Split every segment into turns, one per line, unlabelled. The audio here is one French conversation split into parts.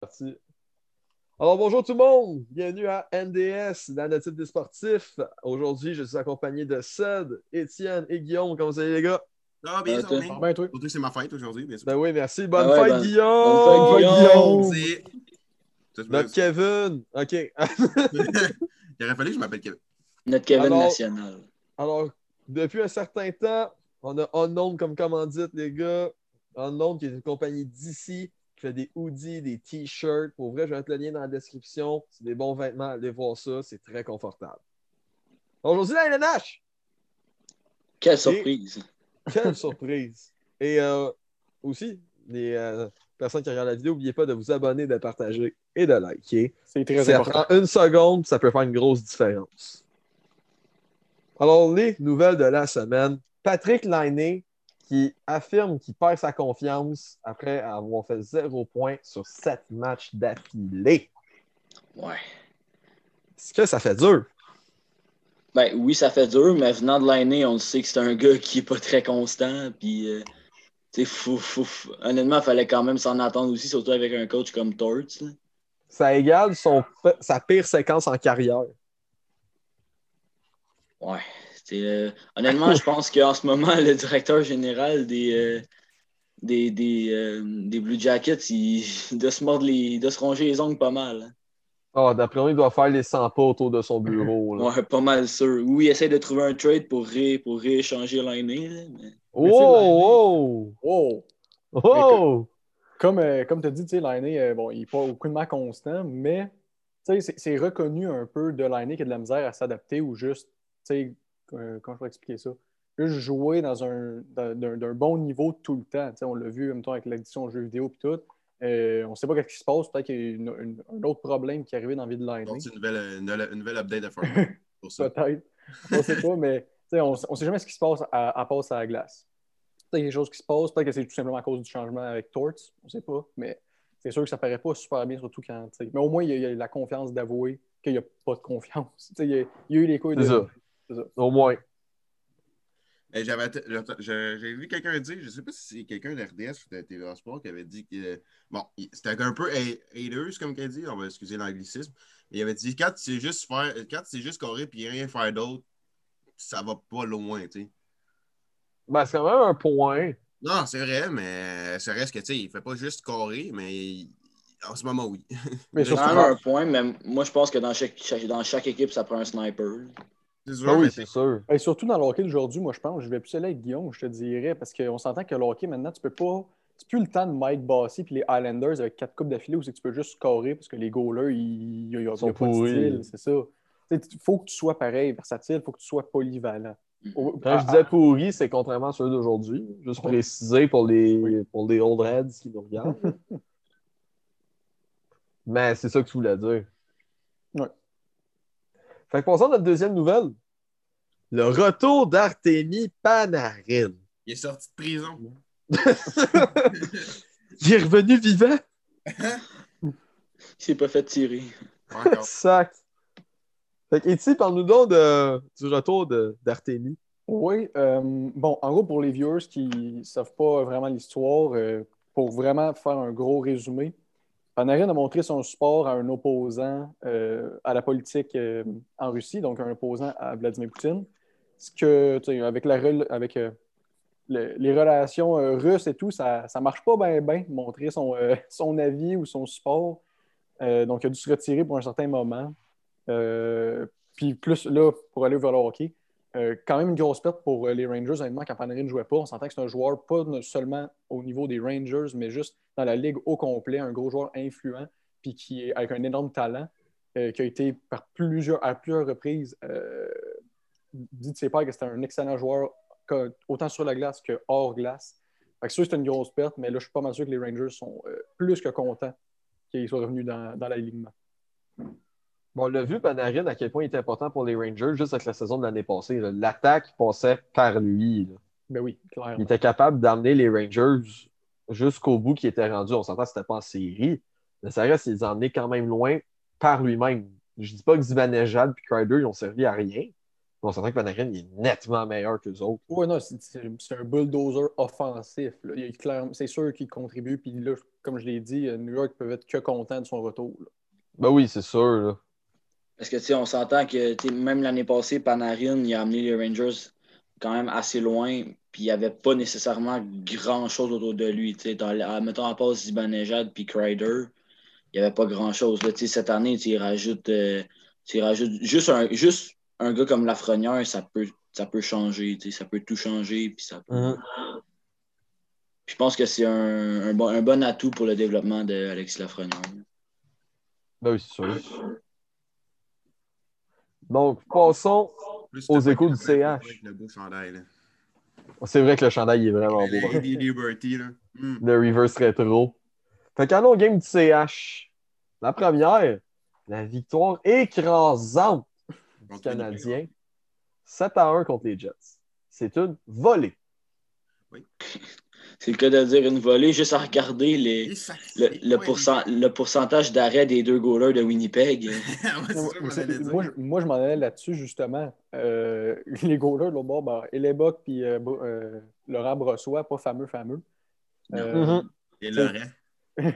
parti. Alors, bonjour tout le monde. Bienvenue à NDS, l'anatype des sportifs. Aujourd'hui, je suis accompagné de Ced, Étienne et Guillaume. Comment vous allez, les gars?
Ah, bien,
Ah,
ça
t'as-
va bien.
Ah ben, toi.
Surtout que c'est ma fête aujourd'hui, bien sûr.
Ben oui, merci. Bonne
Ah ouais,
fête,
ben-
Guillaume!
bonne fête, Guillaume!
Guillaume!
C'est-
Notre Kevin. OK.
Il aurait fallu que je m'appelle Kevin.
Notre Kevin
Alors-
National.
Alors, depuis un certain temps, on a Unknown comme commandite, les gars. Unknown, qui est une compagnie d'ici, qui fait des hoodies, des t-shirts. Pour vrai, je vais mettre le lien dans la description. C'est des bons vêtements. Allez voir ça. C'est très confortable. Aujourd'hui, la LNH!
Quelle surprise.
Quelle surprise! Et euh, aussi, les euh, personnes qui regardent la vidéo, n'oubliez pas de vous abonner, de partager et de liker.
C'est très
ça
important.
prend une seconde, ça peut faire une grosse différence. Alors, les nouvelles de la semaine. Patrick Lainé qui affirme qu'il perd sa confiance après avoir fait zéro point sur sept matchs d'affilée.
Ouais.
Est-ce que ça fait dur?
Ben oui, ça fait dur, mais venant de l'année, on le sait que c'est un gars qui est pas très constant. Puis, euh, tu sais, fou, fou, fou. honnêtement, il fallait quand même s'en attendre aussi, surtout avec un coach comme Torts. là.
Ça égale son, sa pire séquence en carrière.
Ouais. C'est, euh, honnêtement, je pense qu'en ce moment, le directeur général des, euh, des, des, euh, des Blue Jackets, il doit se, mordre les, il doit se ronger les ongles pas mal. hein.
Ah, D'après moi, il doit faire les 100 pas autour de son bureau. là.
Ouais, pas mal sûr. Oui, il essaie de trouver un trade pour, ré, pour rééchanger l'année. là, mais-
Oh,
Wow.
oh, oh!
Comme, euh, comme tu as dit, tu sais, Lainé, euh, bon, il n'est pas au coup de main constant, mais tu sais, c'est- c'est reconnu un peu de Lainé qui a de la misère à s'adapter ou juste, tu sais, euh, comment je pourrais expliquer ça? Juste jouer dans un, dans- d'un d'un bon niveau tout le temps. Tu sais, on l'a vu en même temps avec l'addiction aux jeux vidéo et tout. Euh, on ne sait pas ce qui se passe. Peut-être qu'il y a une- une- un autre problème qui est arrivé dans la vie de Lainé.
Donc, c'est une nouvelle, euh, une, nouvelle- une nouvelle update de Fortnite pour ça.
Peut-être. On sait pas, mais tu sais, on ne sait jamais ce qui se passe à, à passe à la glace. Peut-être qu'il y a des choses qui se passent, peut-être que c'est tout simplement à cause du changement avec Torts, on ne sait pas, mais c'est sûr que ça ne paraît pas super bien, surtout quand. tu sais, Mais au moins, il y a, il y a la confiance d'avouer qu'il n'y a pas de confiance. Tu sais, Il y, a, il y a eu les couilles de.
C'est ça. Au moins.
Eh, j'avais att- j'att- je- J'ai vu quelqu'un dire, je ne sais pas si c'est quelqu'un d'RDS ou de TVA Sport qui avait dit que. Bon, il- c'était un peu ha- haters, comme qu'elle dit, on va excuser l'anglicisme. Mais il avait dit quand c'est juste faire quand c'est juste correr puis rien faire d'autre, ça va pas loin, tu sais.
Ben, c'est quand même un point.
Non, c'est vrai, mais ça reste que, tu sais, il fait pas juste correr, mais il- en ce moment, oui.
Mais
C'est
surtout,
quand même un point, mais moi je pense que dans chaque, chaque- dans chaque équipe, ça prend un sniper.
C'est sûr,
Ah
mais
oui,
c'est-
c'est sûr.
et surtout dans le hockey d'aujourd'hui, moi, je pense, je vais plus aller avec Guillaume, je te dirais, parce qu'on s'entend que le hockey, maintenant, tu peux pas. C'est plus le temps de Mike Bossy puis les Highlanders avec quatre coupes d'affilée où c'est que tu peux juste scorer parce que les goalers, ils n'ont
Ils sont
pas de
pourris.
style, c'est ça. Il faut que tu sois pareil, versatile, il faut que tu sois polyvalent. Au-
Quand
à-
je disais pourri, c'est contrairement à ceux d'aujourd'hui. Juste pour préciser pour les,
Oui.
pour les old heads qui nous regardent. Mais c'est ça que tu voulais dire.
Ouais.
Fait que passons à notre deuxième nouvelle. Le retour d'Artemi Panarin.
il est sorti de prison.
Il est revenu vivant.
Il s'est pas fait tirer.
Pas encore.
Sac. Fait que, Eti, parle-nous donc de- du retour de- d'Artemi.
Oui, euh, bon, en gros, pour les viewers qui ne savent pas vraiment l'histoire, euh, pour vraiment faire un gros résumé, Panarin a montré son support à un opposant euh, à la politique euh, en Russie, donc un opposant à Vladimir Poutine. Ce que, tu sais, avec, la, rel- avec euh, le- les relations euh, russes et tout, ça ne marche pas bien, bien, montrer son, euh, son avis ou son support. Euh, donc, il a dû se retirer pour un certain moment. Euh, puis plus là, pour aller vers le hockey, euh, quand même une grosse perte pour euh, les Rangers, honnêtement, quand Panarin ne jouait pas. On s'entend que c'est un joueur pas ne- seulement au niveau des Rangers, mais juste dans la ligue au complet, un gros joueur influent, puis qui est avec un énorme talent, euh, qui a été par plusieurs, à plusieurs reprises euh, dit de ses pairs que c'était un excellent joueur, que- autant sur la glace que hors glace. Fait que sûr que c'est une grosse perte, mais là, je suis pas mal sûr que les Rangers sont euh, plus que contents qu'il soit revenu dans, dans l'alignement.
Bon, on l'a vu, Panarin, à quel point il était important pour les Rangers, juste avec la saison de l'année passée. là. L'attaque passait par lui. là.
Ben oui,
Il
clairement.
était capable d'amener les Rangers jusqu'au bout qui était rendu. On s'entend que c'était pas en série, mais ça reste, il les a emmenés quand même loin par lui-même. Je dis pas que Zibanejad et Crider, ils ont servi à rien. mais On s'entend que Panarin, il est nettement meilleur que les autres.
Oui, non, c'est- c'est c'est un bulldozer offensif. là. Il est clair- C'est sûr qu'il contribue, puis là, comme je l'ai dit, euh, New York peut être que content de son retour. là.
Ben oui, c'est sûr. là.
Parce que, tu sais, on s'entend que tu sais, même l'année passée, Panarin, il a amené les Rangers quand même assez loin, puis il n'y avait pas nécessairement grand-chose autour de lui. Tu sais, dans le- à- mettons, à part Zibanejad puis Kreider, il n'y avait pas grand-chose. Là, tu sais, Cette année, tu sais, il rajoute, euh, tu sais, il rajoute juste, un, juste un gars comme Lafrenière, ça peut, ça peut changer, tu sais, ça peut tout changer, puis ça peut- puis Je pense que c'est un, un bon, un bon atout pour le développement d'Alexis Lafrenière.
Ben oui, c'est sûr. Donc, passons. Aux échos du Ah, CH.
Avec le beau chandail, là.
C'est vrai que le chandail il est vraiment beau.
Le Lady Liberty, là. Hmm.
Le reverse rétro. Fait qu'allons au game du CH. La première, la victoire écrasante du
Contre
Canadien. 7 à 1 contre les Jets. C'est une volée.
C'est le cas de dire une volée, juste à regarder les,
Et ça-
Le,
c'est
le
quoi,
pourcent- le pourcentage d'arrêt des deux goalers de Winnipeg.
les-
euh,
Ah ouais, c'est
Moi,
ça qu'on
c'est-
allait dire.
moi, je- moi, je m'en allais là-dessus, justement. Euh, les goalers, l'autre bord, ben, Hellebuck puis euh, Br- euh, Laurent Brossois, pas fameux, fameux. Euh,
Et Laurent.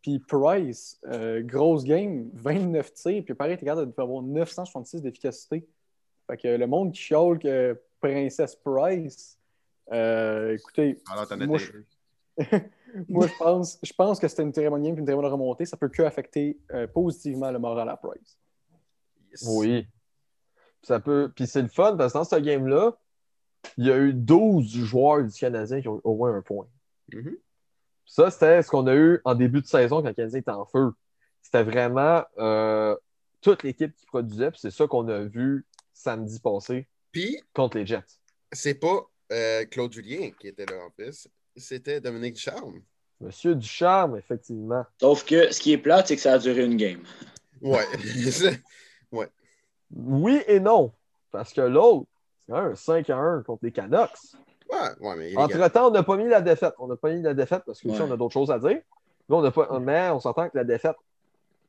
Puis Price, euh, grosse game, 29 tirs, puis pareil, t'es capable d'avoir 966 d'efficacité. Fait que le monde qui chiale que Princesse Price, euh, écoutez,
Alors, t'en as
moi,
des-
moi je pense, je pense que c'était une très bonne game, puis une très bonne remontée. Ça peut que affecter euh, positivement le moral à Price.
Yes.
Oui. Puis ça peut. Puis c'est le fun parce que dans ce game-là, il y a eu 12 joueurs du Canadien qui ont eu au moins un point.
Mhm.
Ça, c'était ce qu'on a eu en début de saison quand le Canadien était en feu. C'était vraiment euh, toute l'équipe qui produisait, puis c'est ça qu'on a vu samedi passé
Puis,
contre les Jets.
c'est pas euh, Claude Julien qui était là en plus, c'était Dominique Charme.
Monsieur Ducharme, effectivement.
Sauf que ce qui est plate, c'est que ça a duré une game.
Ouais.
Oui et non, parce que l'autre, c'est un 5 à 1 contre les Canucks.
ouais, ouais, mais il est gars.
Entre-temps, on n'a pas mis la défaite. On n'a pas mis la défaite parce que aussi,
Ouais.
on a d'autres choses à dire. Mais on, n'a pas... mais on s'entend que la défaite,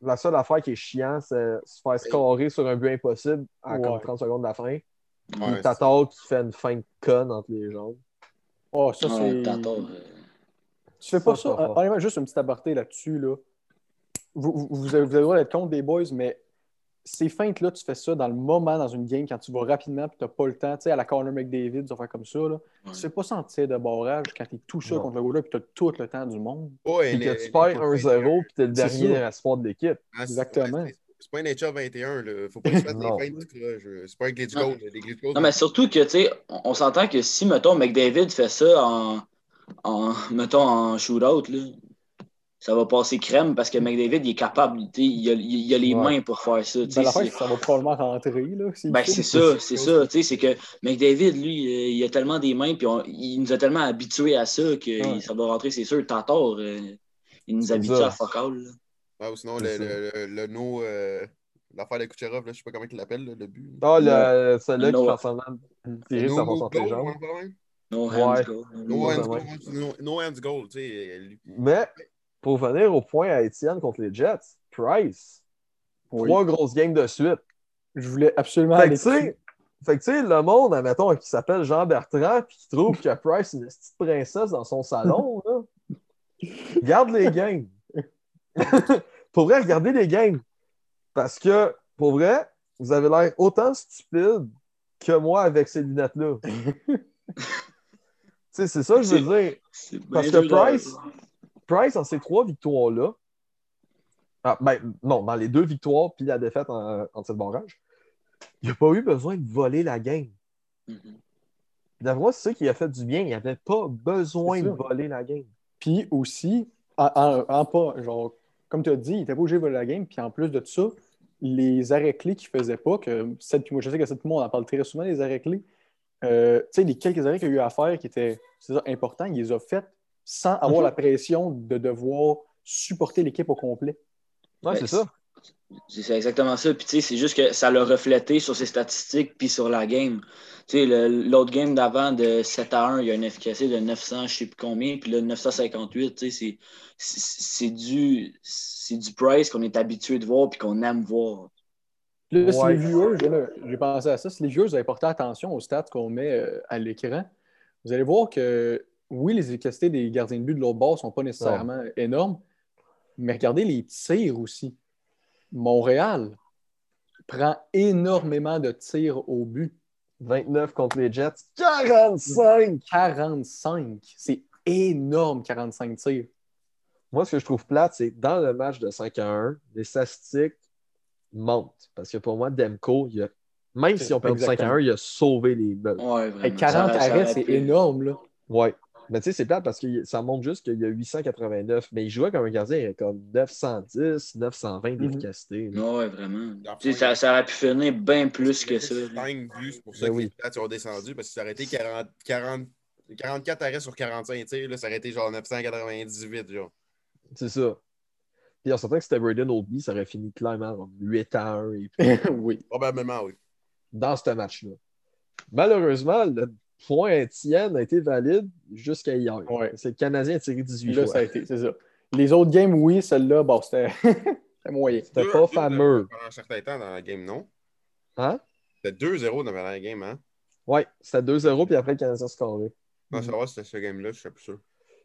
la seule affaire qui est chiant, c'est se faire scorer sur un but impossible à
Ouais.
comme 30 secondes de la fin.
Ouais,
Puis Tatar qui fait une fin de conne entre les jambes.
Oh, ça,
Non,
c'est.
Tatar, euh,
Tu fais pas
Ça,
ça.
pas fort.
Honnêtement, juste un petit aparté là-dessus. Là. Vous, vous, vous avez vous avez le droit d'être contre des boys, mais ces feintes-là, tu fais ça dans le moment, dans une game, quand tu vas rapidement et tu n'as pas le temps. Tu sais, à la corner McDavid, des affaires comme ça. Là.
ouais.
Tu fais pas sentir de barrage quand tu es tout seul
Non.
contre le goaler et tu as tout le temps du monde.
Pas
Puis
un-
que tu
un-
perds 1-0 puis t'es le
C'est
dernier
sûr.
espoir de l'équipe.
Ah, c'est-
Exactement.
ouais, c'est- C'est pas un NHL 21, là. Faut pas que tu fasses des
Non.
fins de truc, C'est pas un glitch
Non.
goal. là. Les glitch goals,
Non, mais surtout que, tu sais, on, on s'entend que si, mettons, McDavid fait ça en, en mettons, en shootout, là, ça va passer crème parce
Mm.
que McDavid, il est capable, tu sais, il a, il- il a les
Ouais.
mains pour faire ça. tu
Ben,
sais,
l'affaire,
c'est-
c'est que ça va probablement rentrer. Là, s'il
Ben,
fait.
c'est ça, c'est ça. Tu sais, c'est que McDavid, lui, euh, il a tellement des mains, puis on- il nous a tellement habitués à ça que
Ouais.
ça va rentrer, c'est sûr. Tatar, euh, il nous
C'est
habitue
ça.
à fuck all, là.
Ouais, ou sinon, le,
C'est
le, le, le no. euh, L'affaire de Kucherov, là, je sais pas comment il l'appelle, là, le but.
Ah, le, celui-là qui
Non.
fait semblant de tirer sa force entre les jambes.
No
Ouais.
hands go.
No
Ouais,
hands
ben
goal,
ouais.
ouais, no- no hands goal, tu sais. euh, lui-
Mais pour venir au point à Étienne contre les Jets, Price,
Oui.
trois grosses games de suite.
Je voulais absolument
Fait que,
aller
tu sais, fait que, tu sais, le monde, admettons, qui s'appelle Jean Bertrand, puis qui trouve que Price est une petite princesse dans son salon, là. Regarde les games. pour vrai, regardez les games. Parce que, pour vrai, vous avez l'air autant stupide que moi avec ces lunettes-là. tu sais, c'est ça que je veux dire.
C'est bien
Parce que
dur de-
Price- Price, en ces trois victoires-là, ah, ben, non, dans les deux victoires puis la défaite en, en tir de barrage, il n'a pas eu besoin de voler la game. Mm-hmm.
Mhm.
D'après moi, c'est ça qui a fait du bien. Il n'avait pas besoin
C'est
de
sûr.
voler la game.
Puis aussi, en, en- en pas, genre, comme tu as dit, il était pas obligé de voler la game. Puis en plus de ça, les arrêts-clés qu'il faisait pas, que cette, puis moi je sais que cette moi, on en parle très souvent des arrêts-clés. Euh, tu sais, les quelques arrêts qu'il y a eu à faire qui étaient c'est ça, importants, il les a faits sans avoir
Mhm.
la pression de devoir supporter l'équipe au complet.
Ouais,
Ben,
c'est ça.
C'est c'est exactement ça. Puis, tu sais, c'est juste que ça l'a reflété sur ses statistiques puis sur la game. Tu sais, le- l'autre game d'avant de 7 à 1, il y a une efficacité de 900, je sais plus combien, puis là, 958, tu sais, c'est- c'est c'est du, c'est du Price qu'on est habitué de voir puis qu'on aime voir.
Là, si
Ouais.
les viewers, là, j'ai pensé à ça, si les viewers avaient porté attention aux stats qu'on met euh, à l'écran, vous allez voir que oui, les efficacités des gardiens de but de l'autre bord ne sont pas nécessairement énormes, mais regardez les tirs aussi. Montréal prend énormément de tirs au but.
29 contre les Jets. 45!
45, c'est énorme 45 tirs.
Mm, Moi, ce que je trouve plate, c'est que dans le match de 5 à 1, les statistiques montent. Parce que pour moi, Demko, il a- même si on perd 5 à 1, il a sauvé les Bulls.
Ouais, vraiment.
Hey, 40
Ça- ça
arrêts,
aurait
c'est
pu-
énorme. Là.
Ouais. Mais tu sais, c'est plate parce que ça montre juste qu'il y a 889. Mais il jouait comme un gardien, il avait comme 910, 920
Mhm.
d'efficacité. là.
Ouais, vraiment.
Dans le
Tu sais,
fond,
ça,
il-
ça aurait pu finir bien plus que ça. là.
5 buts, c'est pour ça
Ben
que
oui.
les Pats ont descendu, parce que ça aurait été 40, 40 44 arrêts sur 45 tirs, là, ça aurait été genre 998, genre.
C'est ça. Puis en sortant que c'était Braden Oldby, ça aurait fini clairement en 8 à 1 et plus
oui.
Probablement, oui.
dans ce match-là. Malheureusement, le point Étienne a été valide jusqu'à hier.
Ouais.
C'est le Canadien a tiré 18
Là,
fois.
ça a été, c'est ça. Les autres games, oui, celle-là, bon, c'était c'était moyen.
C'était
Deux-
pas
deux-
fameux.
Pendant un certain temps dans la game, non?
Hein?
C'était 2-0 dans la game, hein?
Ouais, c'était 2-0, puis après le Canadien a scoré.
Je pense savoir si c'était ce game-là, je suis plus sûr.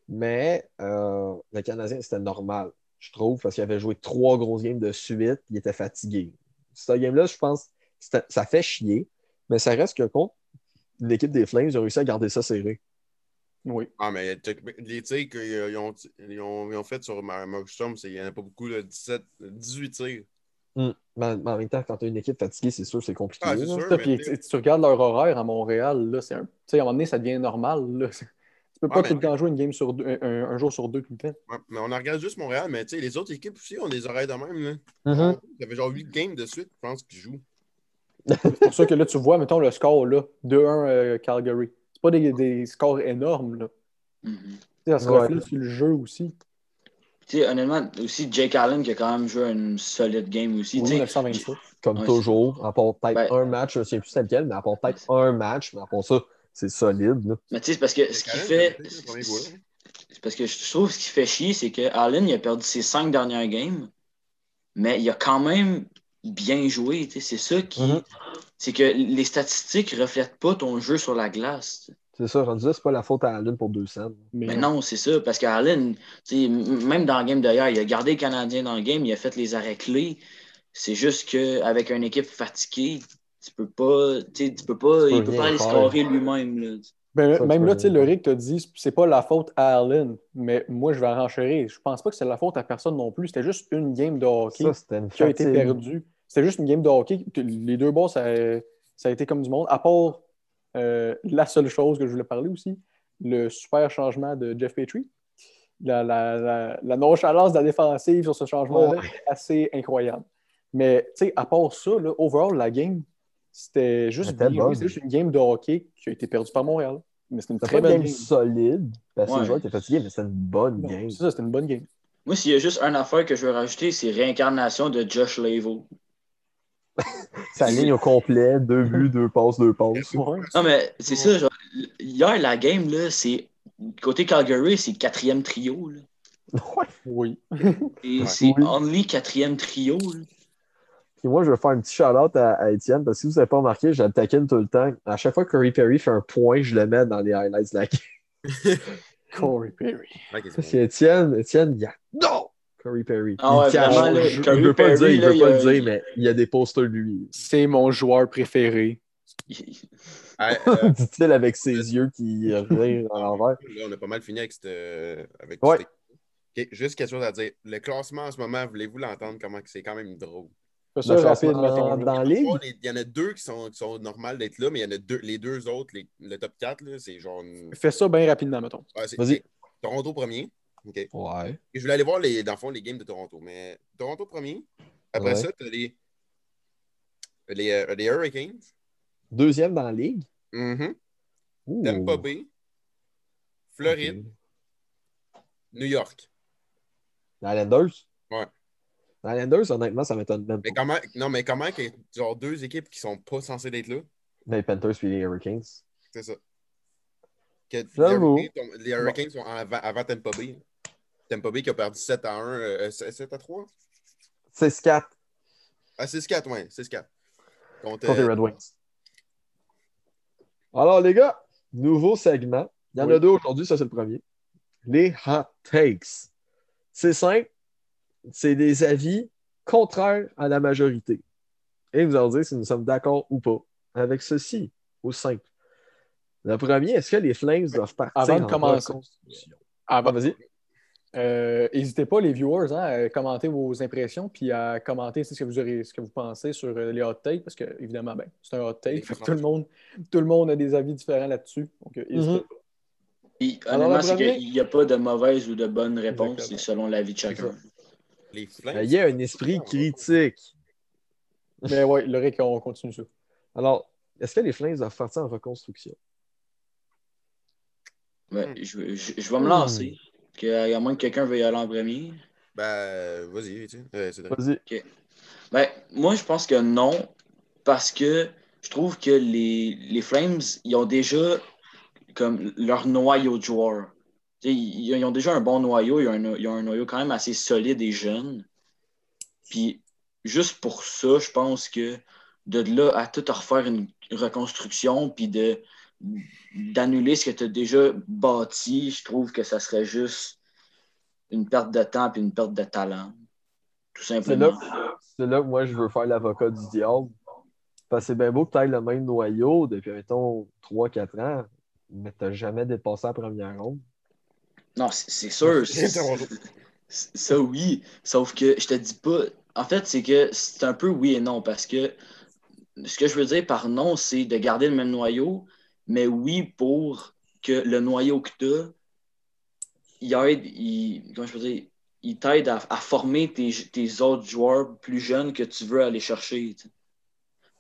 Mais euh, le Canadien, c'était normal, je trouve, parce qu'il avait joué trois grosses games de suite, il était fatigué. Cette game-là, je pense, c'était- ça fait chier, mais ça reste que contre l'équipe des Flames, ils ont réussi à garder ça serré.
Oui.
Ah, mais techniquement, les tirs qu'ils ont, ils ont, ils ont fait sur Mar- Markstrom, c'est- il n'y en a pas beaucoup, là, 17, 18 tirs.
Mais, mais en même temps, quand tu as une équipe fatiguée, c'est sûr, c'est compliqué.
Ah, c'est
là.
sûr,
Ça,
mais
puis,
tu-
tu, tu regardes leur horaire à Montréal, là, c'est un. Tu sais, à un moment donné, ça devient normal. Là. Tu peux
Ouais,
pas tout le
mais-
temps jouer une game sur deux- un, un- un jour sur deux tout le temps.
Ouais, mais on en regarde juste Montréal, mais tu sais, les autres équipes aussi ont des oreilles de même, là.
Mhm.
Ça fait genre 8 games de suite, je pense, qu'ils jouent.
C'est pour ça que là, tu vois, mettons, le score là, 2-1 euh, Calgary. C'est pas des, des scores énormes. Là.
Mhm.
Tu sais, Ça se
Ouais.
reflète sur le jeu aussi.
Tu sais, honnêtement, aussi Jake Allen qui a quand même joué une solide game aussi.
Oui,
tu sais.
927.
Comme
Ouais,
toujours, à part peut-être
Ben-
un match, je ne sais plus c'est lequel, mais à part peut-être un match, mais à part ça, c'est solide. là.
Mais tu sais, c'est parce que ce qui
Karen,
fait.
c'est le premier goal, hein.
C'est parce que je trouve ce qui fait chier, c'est que Allen, il a perdu ses cinq dernières games, mais il a quand même bien joué. tu sais. C'est ça qui.
Mhm.
C'est que les statistiques ne reflètent pas ton jeu sur la glace. tu sais.
C'est ça, rendu là, c'est pas la faute à Allen pour 200.
Mais,
Mais Ben non, c'est ça. Parce qu'Allen, tu sais, m- même dans le game d'ailleurs, il a gardé les Canadiens dans le game, il a fait les arrêts clés. C'est juste qu'avec une équipe fatiguée, tu peux pas. tu sais, Tu peux pas
Tu peux
il peut
rien
pas aller
faire.
scorer lui-même. là.
Ben,
Ça,
même
c'est
là,
pas-
tu sais, le Rick t'a dit, c'est pas la faute à Allen, mais moi, je vais en renchérir. Je pense pas que c'est la faute à personne non plus. C'était juste une game de hockey
Ça, c'était une
qui a été
fatigue.
perdue. C'était juste une game de hockey. que Les deux bas, ça, a- ça a été comme du monde. À part euh, la seule chose que je voulais parler aussi, le super changement de Jeff Petrie. La, la- la- la nonchalance de la défensive sur ce changement-là est assez incroyable. Mais, tu sais, à part ça, là, overall, la game, c'était juste,
C'était
bien
bonne.
joué. C'était juste une game de hockey qui a été perdue par Montréal. Mais c'était une
C'était
très
pas une
bonne
game
game.
solide, Ben, parce que
Ouais.
les joueurs étaient fatigués, mais c'était une bonne
Non,
game.
C'est ça, c'était une bonne game.
Moi, s'il y a juste une affaire que je veux rajouter, c'est réincarnation de Josh Lavo.
Sa ligne au complet, deux buts, deux passes, deux passes.
Ouais.
Non, mais c'est ça. Genre, hier, la game, là, c'est. Côté Calgary, c'est quatrième trio. Là.
Ouais.
Oui.
Et
Ouais.
c'est
Oui.
only quatrième trio. là.
Puis moi, je veux faire un petit shout-out à, à Étienne, parce que si vous n'avez pas remarqué, je le taquine tout le temps. À chaque fois que Curry Perry fait un point, je le mets dans les highlights de la game.
Corey Perry.
Ok, c'est
Parce
bon.
que Étienne, Étienne, il y a... Non! Curry Perry.
Ah ouais,
il cache.
vraiment, là,
il
Corey
veut pas le dire,
Perry,
il
là,
veut pas
il
le
a-
dire, mais il y a des posters de lui.
C'est mon joueur préféré.
Ah, euh,
Dit-il avec ses yeux qui rient à l'envers.
Là, on a pas mal fini avec cette. euh, avec
Ouais.
cette- Ok, juste quelque chose à dire. Le classement en ce moment, voulez-vous l'entendre comment que c'est quand même drôle?
Fais ça
Le
rapide,
classement
mettons. là.
dans la ligue.
Oh, les- Il y en a deux qui sont, qui sont normales d'être là, mais il y en a deux, les deux autres, les- le top 4, là, c'est genre. une-
Fais ça bien rapidement, mettons.
Ah, c'est-
Vas-y.
c'est Toronto premier. OK. Et
Ouais.
je voulais aller voir, les, dans le fond, les games de Toronto. Mais Toronto premier. Après
Ouais.
ça, tu as les, les, euh, les Hurricanes.
Deuxième dans la ligue.
Mhm.
Mm-hmm. Ouh.
Tampa Bay. Floride.
Ok.
New York.
La Landers?
Ouais.
La Landers, honnêtement, ça m'étonne même pas.
Mais comment, non, mais comment que genre deux équipes qui sont pas censées d'être là?
Les Panthers puis les Hurricanes.
C'est ça. Que les
J'avoue.
Hurricanes sont- les Hurricanes sont avant, avant Tampa Bay. Tampa Bay qui a perdu 7 à 1, euh, 7 à 3?
C'est 4
Ah, 6-4, ouais, 6-4. Contre,
contre les
euh,
Red Wings. Alors, les gars, nouveau segment. Il y en
Oui.
a deux aujourd'hui, ça c'est le premier. Les hot takes. C'est simple, c'est des avis contraires à la majorité. Et vous allez dire si nous sommes d'accord ou pas avec ceci, au simple. Le premier, est-ce que les Flames doivent partir
Avant de
en
commencer.
reconstruction?
Ah,
Ah, vas-y.
Euh, N'hésitez pas, les viewers, hein, à commenter vos impressions puis à commenter ce que vous, aurez, ce que vous pensez sur euh, les hot takes, parce que, évidemment, ben, c'est un hot take.
Les
fait que
commentaires.
Tout le, monde, tout le monde a des avis différents là-dessus. Donc, euh, n'hésitez
Mhm.
pas.
Puis,
Alors,
honnêtement,
le
c'est
premier-
qu'il n'y a pas de mauvaise ou de bonne réponse, c'est
Exactement.
selon la vie de chacun.
Les flingues.
Ben, Il y a un esprit critique.
Mais ouais, le ré- on continue ça.
Alors, est-ce que les Flames doivent partir en reconstruction?
Ouais,
Hmm.
je, je- je vais me
Hmm.
lancer. Que, euh, à moins que quelqu'un veuille aller en premier.
Ben, vas-y, Étienne. Euh, Cédric.
Vas-y.
Ben, moi, je pense que non, parce que je trouve que les, les Flames, ils ont déjà comme leur noyau de joueurs. Tu sais, Ils, ils ont déjà un bon noyau, ils ont un, no- ils ont un noyau quand même assez solide et jeune. Puis, juste pour ça, je pense que de là à tout refaire une reconstruction, puis de d'annuler ce que tu as déjà bâti, je trouve que ça serait juste une perte de temps puis une perte de talent. Tout
C'est là,
simplement.
c'est là que moi, je veux faire l'avocat du diable. Parce que c'est bien beau que tu ailles le même noyau depuis, mettons, 3-4 ans, mais tu n'as jamais dépassé la première ronde.
Non, c'est c'est sûr.
C'est
c'est-
ton rôle.
c'est- Ça, oui. Sauf que je te dis pas. En fait, c'est que c'est un peu oui et non. Parce que ce que je veux dire par non, c'est de garder le même noyau, mais oui pour que le noyau que tu as, il aide. il- comment je peux dire? Il t'aide à, à former tes, tes autres joueurs plus jeunes que tu veux aller chercher. tu sais.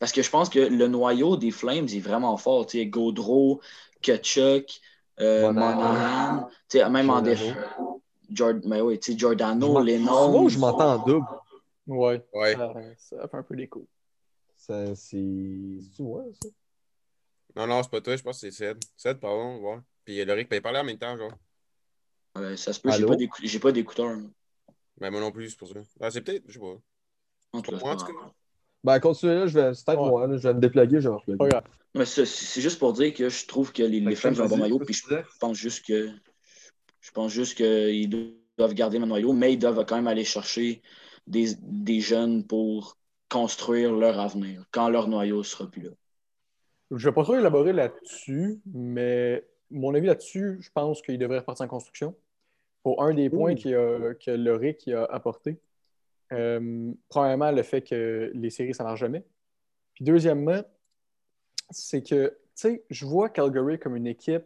Parce que je pense que le noyau des Flames est vraiment fort. tu sais. Gaudreau, Ketchuk, euh,
Monahan.
Monahan, tu sais, même en
Giordano.
défense. Jord- mais oui, tu sais,
Je
Giordano,
m'en-
Lennon.
Souvent, je m'entends en double.
Ouais,
Ouais.
ça, ça fait un peu l'écho.
Ça, c'est. C'est moi, ça?
Non, non, c'est pas toi, je pense que c'est Ced. Ced, pardon, ouais. Puis euh, Loric, ben, parler en même temps, genre.
Euh, ça se peut, j'ai
Allô?
pas d'écou- j'ai pas d'écouteurs. moi.
Ben, moi non plus, c'est pour ça. Ah, c'est peut-être, je sais pas.
En tout cas,
Moi, en
c'est pas
tout
grave.
Ben, continuez là, je vais. C'est peut-être
Ouais.
moi, là, je vais me dépluguer, je vais me repluguer.
Pas grave.
Mais ça, c'est c'est juste pour dire que je trouve que les, les Flames ont un bon maillot, puis je pense juste que je pense juste qu'ils doivent garder le noyau, mais ils doivent quand même aller chercher des, des jeunes pour construire leur avenir quand leur noyau sera plus là.
Je ne vais pas trop élaborer là-dessus, mais mon avis là-dessus, je pense qu'il devrait repartir en construction. Pour un des points
Ouh.
qu'il a- que Loré qui a apporté, euh, premièrement, le fait que les séries, ça ne marche jamais. Puis deuxièmement, c'est que, tu sais, je vois Calgary comme une équipe,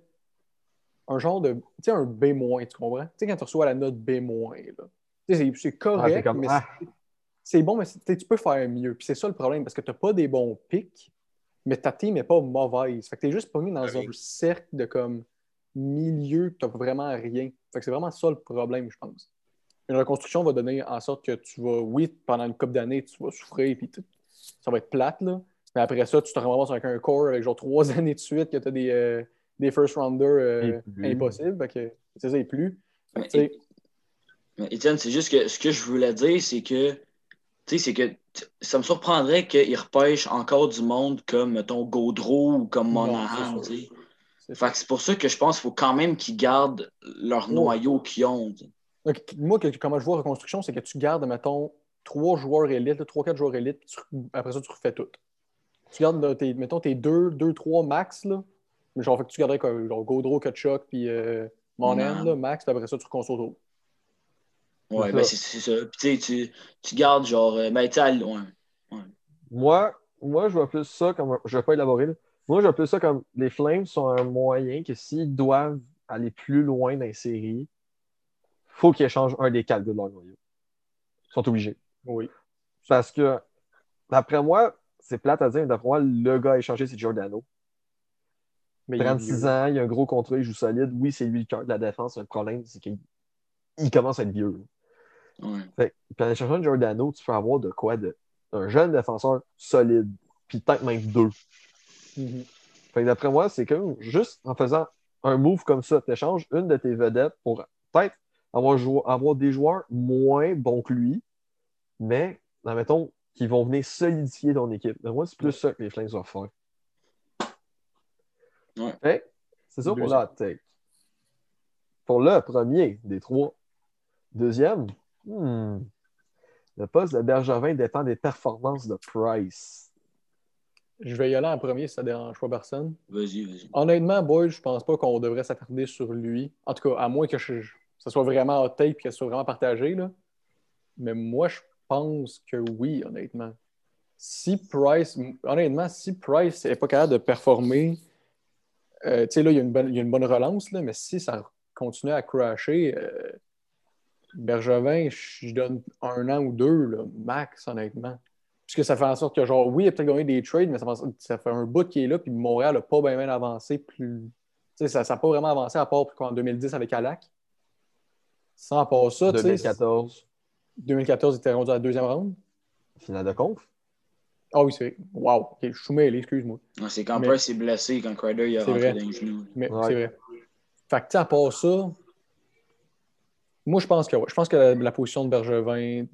un genre de, tu sais, un B-, tu comprends? Tu sais, quand tu reçois la note B-, là, tu sais, c'est- c'est
Ah, t'es
correct,
comme,
mais
ah,
c'est bon, mais c'est- tu sais, tu peux faire mieux. Puis c'est ça le problème, parce que tu n'as pas des bons pics, mais ta team n'est pas mauvaise. Fait que tu es juste pogné dans
Oui.
un cercle de comme milieu que tu n'as vraiment rien. Fait que c'est vraiment ça le problème, je pense. Une reconstruction va donner en sorte que tu vas, oui, pendant une couple d'années, tu vas souffrir, puis tu- ça va être plate, là. Mais après ça, tu te ramasses avec un corps avec genre trois années de suite que tu as des, euh, des first rounders euh,
Et plus.
impossibles. Fait que c'est ça, et plus. Fait que,
Mais-
tu sais,
Mais Étienne, c'est juste que ce que je voulais dire, c'est que, tu sais, c'est que t- ça me surprendrait qu'ils repêchent encore du monde comme, mettons, Gaudreau ou comme
Non,
Monahan,
c'est sûr.
tu sais.
c'est ça.
Fait que c'est pour ça que je pense qu'il faut quand même qu'ils gardent leur
Oh.
noyau qu'ils ont. tu sais.
Donc, moi, que- comment je vois reconstruction, c'est que tu gardes, mettons, trois joueurs élites, là, trois, quatre joueurs élites, puis tu- après ça, tu refais tout. Tu gardes, là, tes, mettons, tes deux, deux, trois max, là. Mais Genre, fait que tu garderais comme, genre, Gaudreau, Kachuk, puis euh, Monahan,
Monahan.
là, max, puis après ça, tu reconstruis autour.
Ouais,
C'est
ben
ça.
c'est c'est ça. Puis tu sais, tu, tu gardes genre, euh, ben tu sais, à- ouais.
Moi, moi, je vois plus ça comme. un- Je vais pas élaborer. là. Moi, je vois plus ça comme les Flames sont un moyen que s'ils doivent aller plus loin dans les séries, faut qu'ils échangent un des quatre gars de leur noyau. Ils sont obligés.
Oui.
Parce que, d'après moi, c'est plate à dire, mais d'après moi, le gars à échanger, c'est Giordano.
Mais il est
36
vieux.
ans, il a un gros contrat, il joue solide. Oui, c'est lui le cœur de la défense. mais Le problème, c'est qu'il il commence à être vieux.
ouais.
Fait, que, puis en échangeant Giordano, tu peux avoir de quoi de, un jeune défenseur solide, puis peut-être même deux.
Mhm.
Fait que d'après moi, c'est comme juste en faisant un move comme ça, tu échanges une de tes vedettes pour peut-être avoir, jou- avoir des joueurs moins bons que lui, mais, admettons, qui vont venir solidifier ton équipe. Mais moi, c'est plus ça que les Flames doivent faire.
Ouais.
Fait que c'est ça pour
Deuxième.
la tech. pour le premier des trois. Deuxième, hmm, le poste de Bergevin dépend des performances de Price.
Je vais y aller en premier, si ça dérange pas personne.
Vas-y, vas-y.
Honnêtement, Boyle, je pense pas qu'on devrait s'attarder sur lui. En tout cas, à moins que je- ça soit vraiment hot tape et que ce soit vraiment partagé. Là. Mais moi, je pense que oui, honnêtement. Si Price, honnêtement, si Price n'est pas capable de performer, euh, tu sais, là, il y, a une bonne- il y a une bonne relance, là, mais si ça continue à crasher, euh, Bergevin, je donne un an ou deux, là, max, honnêtement. Puisque ça fait en sorte que, genre, oui, il a peut-être gagné des trades, mais ça fait, ça fait un bout qui est là, puis Montréal n'a pas bien, bien avancé plus. Tu sais, ça n'a pas vraiment avancé à part en 2010 avec Alak. Sans à part ça, tu sais.
2014,
2014, il était rendu à la deuxième ronde.
finale de conf.
Ah oui, c'est vrai. Wow, OK, je suis mêlé, excuse-moi.
Non, C'est quand
Mais-
Price est blessé, quand Crider il a
C'est
rentré
vrai.
dans le genou.
Mais
Ouais.
c'est vrai. Fait que, tu sais, à part ça, moi, je pense que ouais. Je pense que la, la position de Bergevin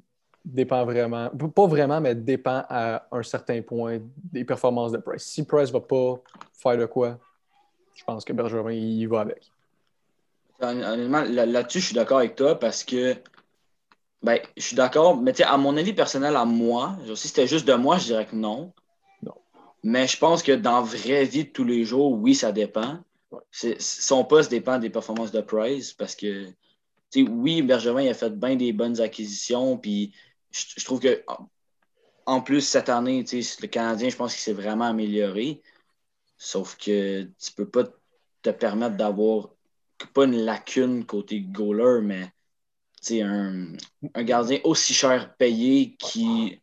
dépend vraiment, p- pas vraiment, mais dépend à un certain point des performances de Price. Si Price va pas faire de quoi, je pense que Bergevin, il y va avec.
Hon- Honnêtement, là- là-dessus, je suis d'accord avec toi parce que ben, je suis d'accord, mais tu sais, à mon avis personnel, à moi, genre, si c'était juste de moi, je dirais que non.
Non.
Mais je pense que dans la vraie vie de tous les jours, oui, ça dépend.
Ouais.
C'est- Son poste dépend des performances de Price parce que, tu sais, oui, Bergevin il a fait bien des bonnes acquisitions. Puis je, je trouve que, en- en plus, cette année, tu sais, le Canadien, je pense qu'il s'est vraiment amélioré. Sauf que tu peux pas te permettre d'avoir pas une lacune côté goaler, mais tu sais, un, un gardien aussi cher payé qui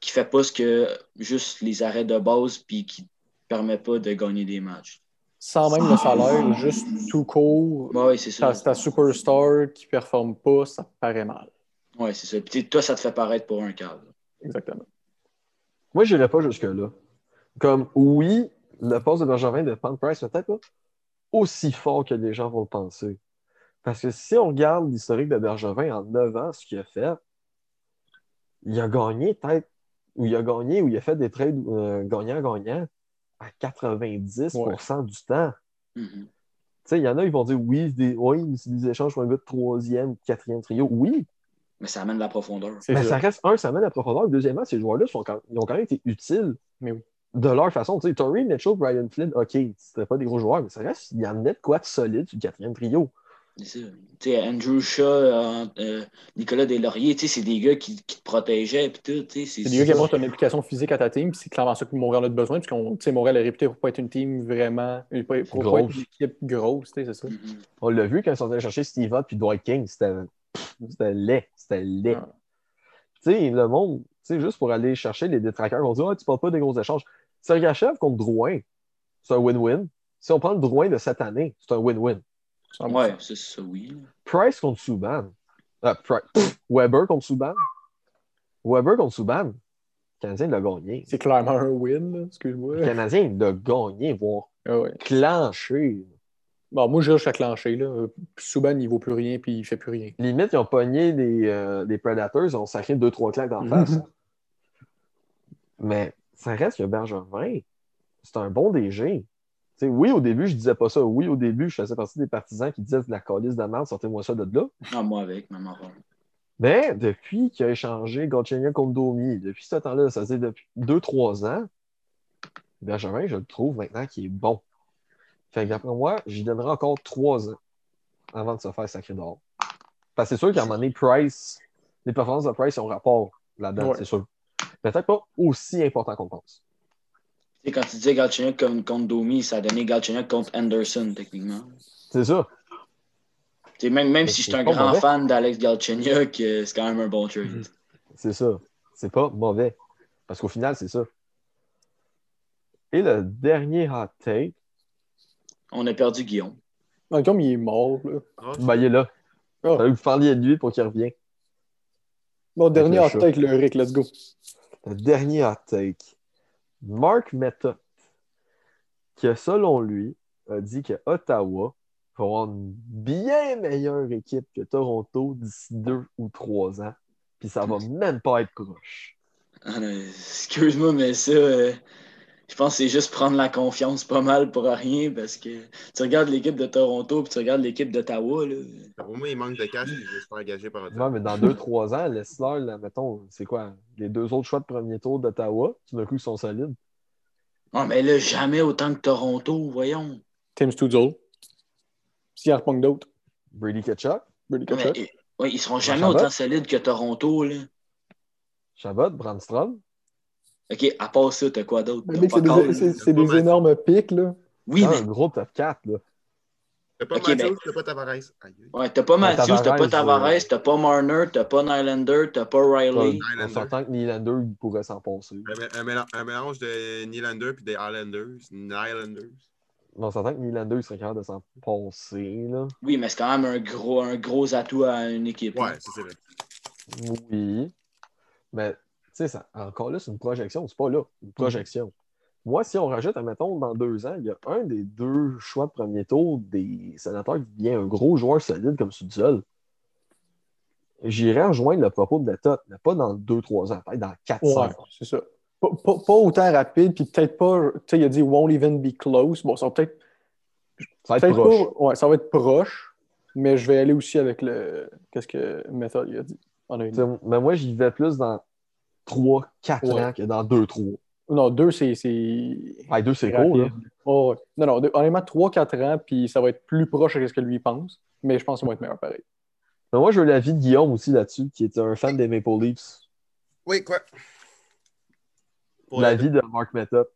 qui fait pas ce que juste les arrêts de base puis qui permet pas de gagner des matchs.
Sans même le salaire, juste tout court,
Oui, c'est ça.
ta, ta superstar qui performe pas, ça paraît mal.
Ouais, c'est ça. Puis tu sais, toi, ça te fait paraître pour un câble.
Exactement.
Moi, je n'irais pas jusque-là. Comme, oui, le poste de Bergevin dépend de Price, peut-être pas aussi fort que les gens vont le penser. Parce que si on regarde l'historique de Bergevin en 9 ans, ce qu'il a fait, il a gagné peut-être, ou il a gagné, ou il a fait des trades euh, gagnant-gagnant à 90% du temps.
Mhm.
Tu sais, il y en a, ils vont dire oui, des, oui, mais c'est des échanges pour un but de troisième, quatrième trio. Oui,
Mais ça amène de la profondeur.
C'est
mais
ça.
ça reste, un, ça amène la profondeur. Deuxièmement, ces joueurs-là, sont quand- ils ont quand même été utiles
Mais oui.
de leur façon. Tu sais, Torrey, Mitchell, Brian Flynn, OK, c'était pas des gros joueurs, mais ça reste, il y en a de quoi de solide du quatrième trio.
C'est ça. Tu sais, Andrew Shaw, euh, euh, Nicolas Deslauriers, tu sais, c'est des gars qui, qui te protégeaient puis tout. tu sais,
C'est des gars qui
ça.
apportent une implication physique à ta team, puis c'est clairement ça que Montréal a de besoin, puisqu'on, tu sais, Montréal est réputé pour pas être une team vraiment, pour, pour pas être
Grosse.
une équipe grosse, tu sais, c'est ça.
Mhm.
On l'a vu quand ils sont allés chercher Steve Ott puis Dwight King, c'était pff, c'était laid, c'était laid.
Ouais.
Tu sais, le monde, tu sais, juste pour aller chercher les détraqueurs, on dit Ah, tu parles pas des gros échanges. Sergachev contre Drouin, c'est un win-win. Si on prend le Drouin de cette année, c'est un win-win.
Ah,
Ouais, c'est ça, oui.
Price contre Subban. Ah, Pri- Pff, Weber contre Subban. Weber contre Subban. Le Canadien l'a gagné.
C'est clairement un win, là,
Le
excuse-moi.
Canadien l'a gagné, voire
Ah ouais.
clenché.
Bon, moi, je suis clenché, là. Euh, Souban, il vaut plus rien, puis il fait plus rien.
Limite, ils ont pogné les, euh, les Predators, ils ont sacré deux, trois claques d'en face. Mais ça reste que Bergevin, c'est un bon DG. Tu sais, oui, au début, je disais pas ça. Oui, au début, je faisais partie des partisans qui disaient de la calice de merde, sortez-moi ça de là.
Ah, moi avec, maman.
Mais Ben, depuis qu'il a échangé Galchenyuk contre Domi, depuis ce temps-là, ça faisait depuis 2-3 ans, Benjamin, je le trouve maintenant qu'il est bon. Fait que d'après moi, j'y donnerai encore 3 ans avant de se faire sacré d'or. Parce que c'est sûr qu'à un moment donné, Price, les performances de Price ont rapport là-dedans,
Ouais.
c'est sûr. Mais Peut-être pas aussi important qu'on pense.
Tu sais, quand tu disais Galchenyuk comme- contre Domi, ça a donné Galchenyuk contre Anderson, techniquement.
C'est ça.
Tu sais, même même
Mais
si je
c'est
suis un
pas
grand
mauvais. Mm-hmm.
fan d'Alex Galchenyuk, euh, c'est quand même un bon trade.
Mhm.
C'est ça. C'est pas mauvais. Parce qu'au final, c'est ça. Et le dernier hot take,
On a perdu Guillaume.
Donc, comme il est mort, là.
Ah,
ben, il est là.
Oh.
Fallait que vous parliez de lui pour qu'il revienne.
Bon, dernier
le
hot
chat.
take, le Rick, let's go.
Le dernier hot take. Mark Method, que selon lui, a dit que Ottawa va avoir une bien meilleure équipe que Toronto d'ici deux ou trois ans. Puis ça va même pas être proche.
Ah, non, Excuse-moi, mais ça, euh, Je pense que c'est juste prendre la confiance pas mal pour rien parce que tu regardes l'équipe de Toronto puis tu regardes l'équipe d'Ottawa. là.
Pour moi, il manque de cash, il veut se faire engager par
Ouais, mais dans 2-3 ans, Lessler, là, mettons, c'est quoi? Les deux autres choix de premier tour d'Ottawa, tout d'un coup, ils sont solides.
Ouais, mais là, jamais autant que Toronto, voyons.
Tim Studzol. S'il y a d'autres,
Brady Ketchup,
Brady
Ouais,
Kachuk.
mais, ouais, ils seront jamais
Chabot?
autant solides que Toronto. Là.
Chabot, Brandstrom.
OK, à part ça, t'as quoi d'autre?
Mais
T'as
mec, C'est
pas
des,
Cole.
c'est- c'est des énormes pics, là.
Oui,
Ah,
mais
Un gros top 4, là.
T'as pas
Ok,
Matthews, t'as pas Tavares. Aïe, aïe.
Ouais, t'as pas
Mais
Matthews, t'as pas
Tavares, euh,
Tavares, t'as pas Marner, t'as pas Nylander, t'as pas Riley.
On s'entend que Nylander, il pourrait s'en passer.
Un mé- Un, méla- un mélange de Nylander puis des Highlanders. Nylanders.
On s'entend que Nylander, il serait capable de s'en passer, là.
Oui, mais c'est quand même un gros, un gros atout à une équipe.
Ouais, ça, c'est vrai.
Oui. Mais, tu sais, ça- encore là, c'est une projection. C'est pas là. Une projection. Moi, si on rajoute, admettons, dans deux ans, il y a un des deux choix de premier tour des sénateurs qui devient un gros joueur solide comme Sudzol. J'irai rejoindre le propos de la TOT, mais pas dans deux, trois ans, peut-être dans quatre,
Ouais,
cinq.
c'est ça. Pas, pas- pas autant rapide, puis peut-être pas. Tu sais, il a dit won't even be close. Bon, ça va peut-être
Ça va être
peut-être
proche.
pas- ouais, ça va être proche, mais je vais aller aussi avec le. Qu'est-ce que Method il a dit On a une-
Tu sais, Mais moi, j'y vais plus dans trois, quatre
Ouais.
ans que dans deux, trois.
Non, deux, c'est. c'est-
Hey, deux, c'est
Rapide.
gros, là.
Oh, ouais. non, non, deux- honnêtement, 3-4 ans, puis ça va être plus proche de ce que lui pense, mais je pense qu'il va être meilleur pareil.
Mais moi, je veux l'avis de Guillaume aussi là-dessus, qui est un fan des Maple Leafs.
Oui, quoi? Pour la-
L'avis de Mark Method.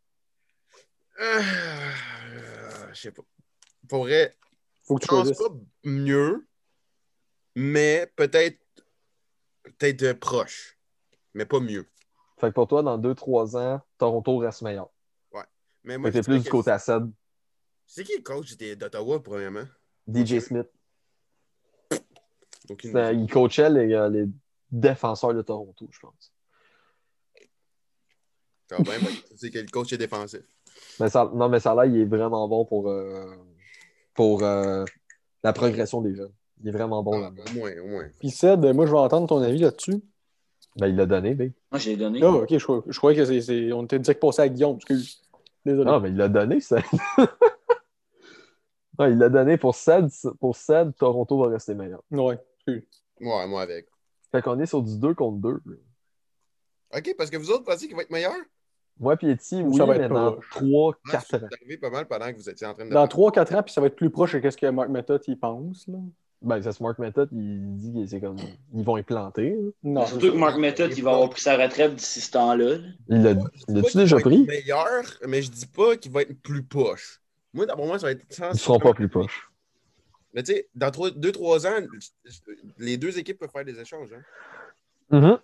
Euh, Je sais pas. Pour vrai,
Faut que tu
Je pense
choisisses.
pas mieux, mais peut-être peut-être euh, proche, mais pas mieux.
Fait que pour toi, dans 2-3 ans, Toronto reste meilleur.
Mais
Fait
moi,
que t'es
je
plus
dirais
du
que-
côté à Seb.
C'est qui le coach des- d'Ottawa, premièrement?
DJ Smith.
Aucune
C'est-
idée.
Il coachait les, euh, les défenseurs de Toronto, je pense.
Quand même, tu sais que le coach est défensif.
Mais ça, non, mais ça là, il est vraiment bon pour, euh, pour euh, la progression des jeunes. Il est vraiment bon là-bas.
Au moins, au moins.
Puis Ced, moi, je vais entendre ton avis là-dessus.
Ben, il l'a donné, big.
Moi, je l'ai donné.
Ah, ok, je, crois- je croyais que c'est- c'est. On était direct passé à Guillaume, excuse. Désolé.
Non, Ah, mais il l'a donné, ça. non, il l'a donné pour Sed. Pour Sed, Toronto va rester meilleur.
Ouais.
Ouais, moi avec.
Fait qu'on est sur du 2 contre 2. là.
OK, parce que vous autres pensez qu'il va être meilleur?
Moi, Pieti, oui,
Ça va être
mais dans
proche.
3-4
Moi, je suis
ans.
arrivé pas mal pendant que vous étiez en train de...
Dans 3-4 ans, puis ça va être plus proche de ce que Mark Method y pense. Là.
Ben, ça, Smart Method, il dit que c'est comme. Ils vont y planter. là.
Non,
Surtout que Mark Method, il va avoir pris sa retraite d'ici ce temps-là.
Il l'a-
Je dis
il
pas
l'a-tu
qu'il
déjà
va être
pris?
meilleur, mais je dis pas qu'il va être plus poche. Moi, pour moi, ça va être...
Ils seront pas plus poches.
Mais tu sais, dans 2-3 ans, les deux équipes peuvent faire des échanges. Hein?
Mm-hmm.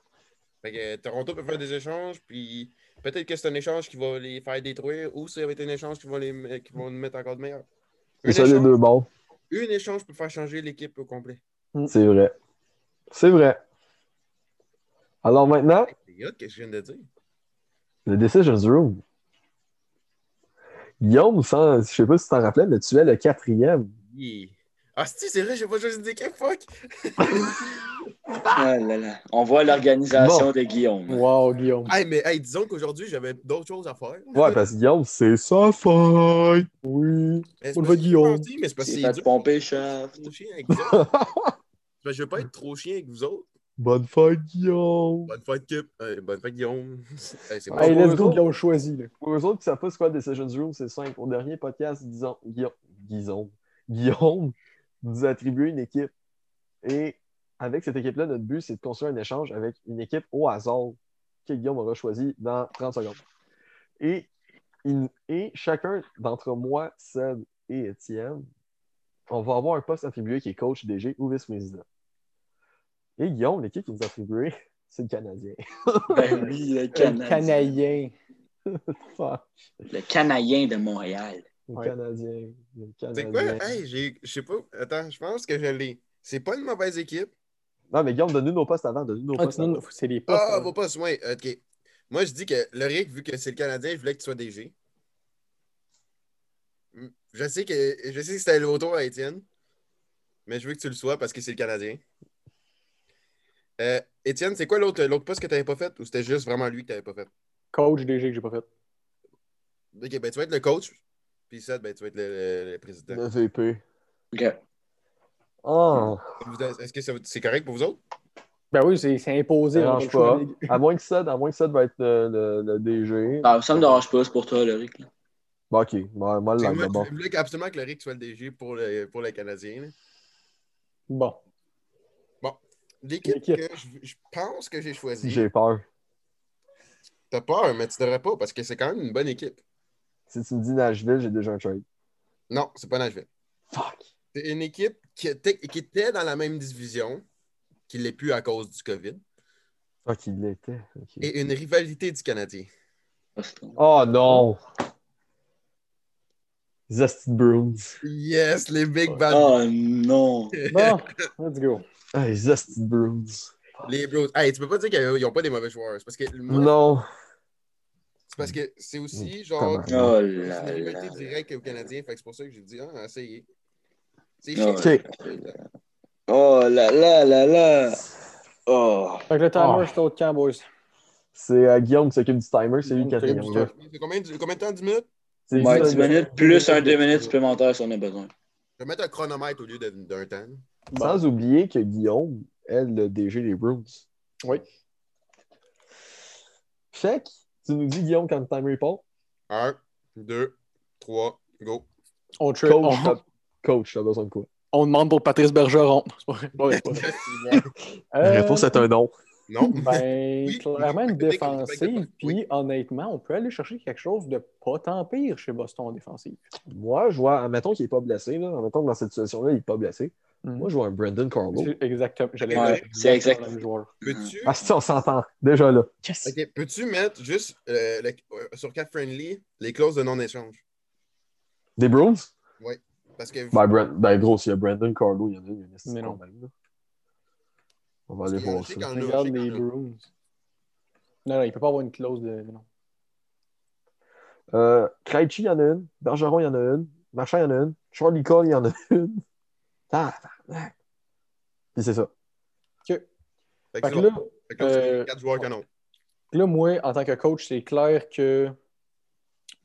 Fait que euh, Toronto peut faire des échanges, puis peut-être que c'est un échange qui va les faire détruire, ou ça va être un échange qui va les qui vont nous mettre encore de meilleurs.
C'est
Un
ça, les
échange,
deux bords.
une échange peut faire changer l'équipe au complet.
C'est vrai. C'est vrai. Alors maintenant,
C'est hot que je viens de dire.
le Decisions Room. Guillaume, sans, je sais pas si tu t'en rappelais, mais tu es le quatrième.
Yeah. Ah, si, c'est vrai, j'ai pas choisi d'équipe, fuck!
Ah là là. On voit l'organisation
Bon.
de Guillaume.
Wow, Guillaume.
Hey, mais hey, disons qu'aujourd'hui, j'avais d'autres choses à faire.
Ouais, ben, parce que Guillaume, c'est sa faute.
Oui.
Mais c'est
on le
parce que
va,
j'ai
Guillaume.
pensé, Mais c'est parce que
C'est
c'est
fait
dur
pomper,
de
chef.
être trop chien avec vous autres. C'est parce que Je veux pas être trop chien avec vous autres.
Bonne fête, Guillaume.
Bonne fête, Kip. Euh, bonne fête, Guillaume. Hey, c'est
Ouais,
bon.
Hey,
bon,
let's
bon.
go, Guillaume choisi. Là.
Pour eux autres qui savent pas c'est quoi le Decisions Room, c'est simple. Au dernier podcast, disons, Guillaume, Guillaume, Guillaume nous a attribué une équipe. Et avec cette équipe-là, notre but, c'est de construire un échange avec une équipe au hasard que Guillaume aura choisi dans 30 secondes. Et, il- et chacun d'entre moi, Seb et Étienne, on va avoir un poste attribué qui est coach, DG ou vice-président. Et Guillaume, l'équipe qui nous a attribué, c'est le Canadien.
Ben oui, le
Le
Canadien.
Canadien.
Fuck.
Le Canadien de Montréal.
Le
Ouais.
Canadien. Le
C'est
Canadien.
quoi? Hey, j'ai- je sais pas. Attends, je pense que je l'ai. C'est pas une mauvaise équipe.
Non, mais Guillaume, donne-nous nos postes avant. Donne-nous nos
Ah,
postes
tu donnes-
avant.
c'est les postes.
Ah,
hein.
vos postes, ouais, ok. Moi, je dis que le Rick, vu que c'est le Canadien, je voulais que tu sois DG. Mm, Je sais que, je sais que c'était l'auto à Étienne, mais je veux que tu le sois parce que c'est le Canadien. Euh, Étienne, c'est quoi l'autre l'autre poste que tu n'avais pas fait ou c'était juste vraiment lui que tu n'avais pas fait?
Coach DG que j'ai pas fait.
Ok, ben tu vas être le coach. Puis ça, ben tu vas être le, le- le président.
Le VP.
OK.
Oh,
Vous- Est-ce que ça vous- c'est correct pour vous autres?
Ben oui, c'est c'est imposé. on a pas le
dérange
choix.
pas. À moins que Sud, à moins que Sud va être le, le- le DG.
Ah, ça me dérange pas, c'est pour toi, Loric. là.
Bon, ok, moi, moi le
Moi,
like, d'abord.
je voulais absolument que le RIC soit le DG pour le, pour le Canadien. là.
Bon.
L'équipe
L'équipe.
que je, je pense que j'ai choisie,
J'ai peur.
t'as peur, mais tu devrais pas parce que c'est quand même une bonne équipe.
Si tu me dis Nashville, j'ai déjà un trade.
Non, c'est pas Nashville.
Fuck.
C'est une équipe qui était, qui était dans la même division, qui l'est plus à cause du COVID,
Fuck, il l'était. ok.
et une rivalité du Canadien.
Boston.
Oh non! Zesty Bruins.
Yes, les Big Bad
Oh non!
Bon, let's go.
Hey, Zesty Bruins.
Les Bros. Hey, tu peux pas dire qu'ils n'ont pas des mauvais joueurs. C'est parce que, moi,
Non. Mmh.
c'est parce que c'est aussi genre.
Tabarnak.
Oh
C'est
là
une
là.
rivalité directe aux Canadiens. Fait que c'est pour ça que j'ai dit, ah, essayez. C'est chiant.
Ah
Ok.
ouais. Oh là là là là! Oh!
Fait que le timer,
Ah.
c'est au camp, boys.
C'est euh, Guillaume qui s'occupe du timer, c'est lui qui a
Guillaume
rien.
s'occupe
fait.
C'est combien, du- combien de temps? 10 minutes?
C'est lui
Ouais,
qui
10
s'occupe-
minutes, plus un 2 minutes supplémentaires si on a besoin.
Je vais mettre un chronomètre au lieu de- d'un temps.
Sans oublier que Guillaume est le DG des Bruins.
Oui.
Fait que tu nous dis, Guillaume, quand le timer part,
1, 2, 3, go.
On, trade-
coach,
on,
t'as- coach, t'as besoin de quoi?
on demande pour Patrice Bergeron. C'est pas vrai. Ouais, c'est pas vrai. Euh,
est un non.
non.
Ben,
Oui,
clairement une
oui, oui,
défensive.
oui.
Puis honnêtement, on peut aller chercher quelque chose de pas tant pire chez Boston en défensive.
Moi, je vois, admettons qu'il n'est pas blessé, là. Admettons que dans cette situation-là, il n'est pas blessé.
Mm-hmm.
Moi, je vois un Brandon Carlo.
C'est Exactement. J'allais
Ouais,
dire
c'est
exactement le même joueur.
Peux-tu
Ah, si, on s'entend. Déjà là. Yes.
ok, peux-tu mettre juste euh, le- euh, sur Cap Friendly les clauses de non-échange?
Des Bruins?
Parce que
Ben, Brand... ben, gros, s'il y a Brandon Carlo, il y en a, il y en a six
Mais non.
quand même, là. On va aller
Il y en a
voir
six
ça.
quand même.
Regarde
je sais
les
que-
Bruins. Non, non, il peut pas avoir une clause de. Non.
Euh, Krejci, il y en a une. Bergeron, il y en a une. Machin, il y en a une. Charlie Cole, il y en a une. Ah, Puis c'est ça.
Fait que
Fait que
c'est
là,
bon. Fait que là, c'est
euh,
quatre joueurs canon.
là, moi, en tant que coach, c'est clair que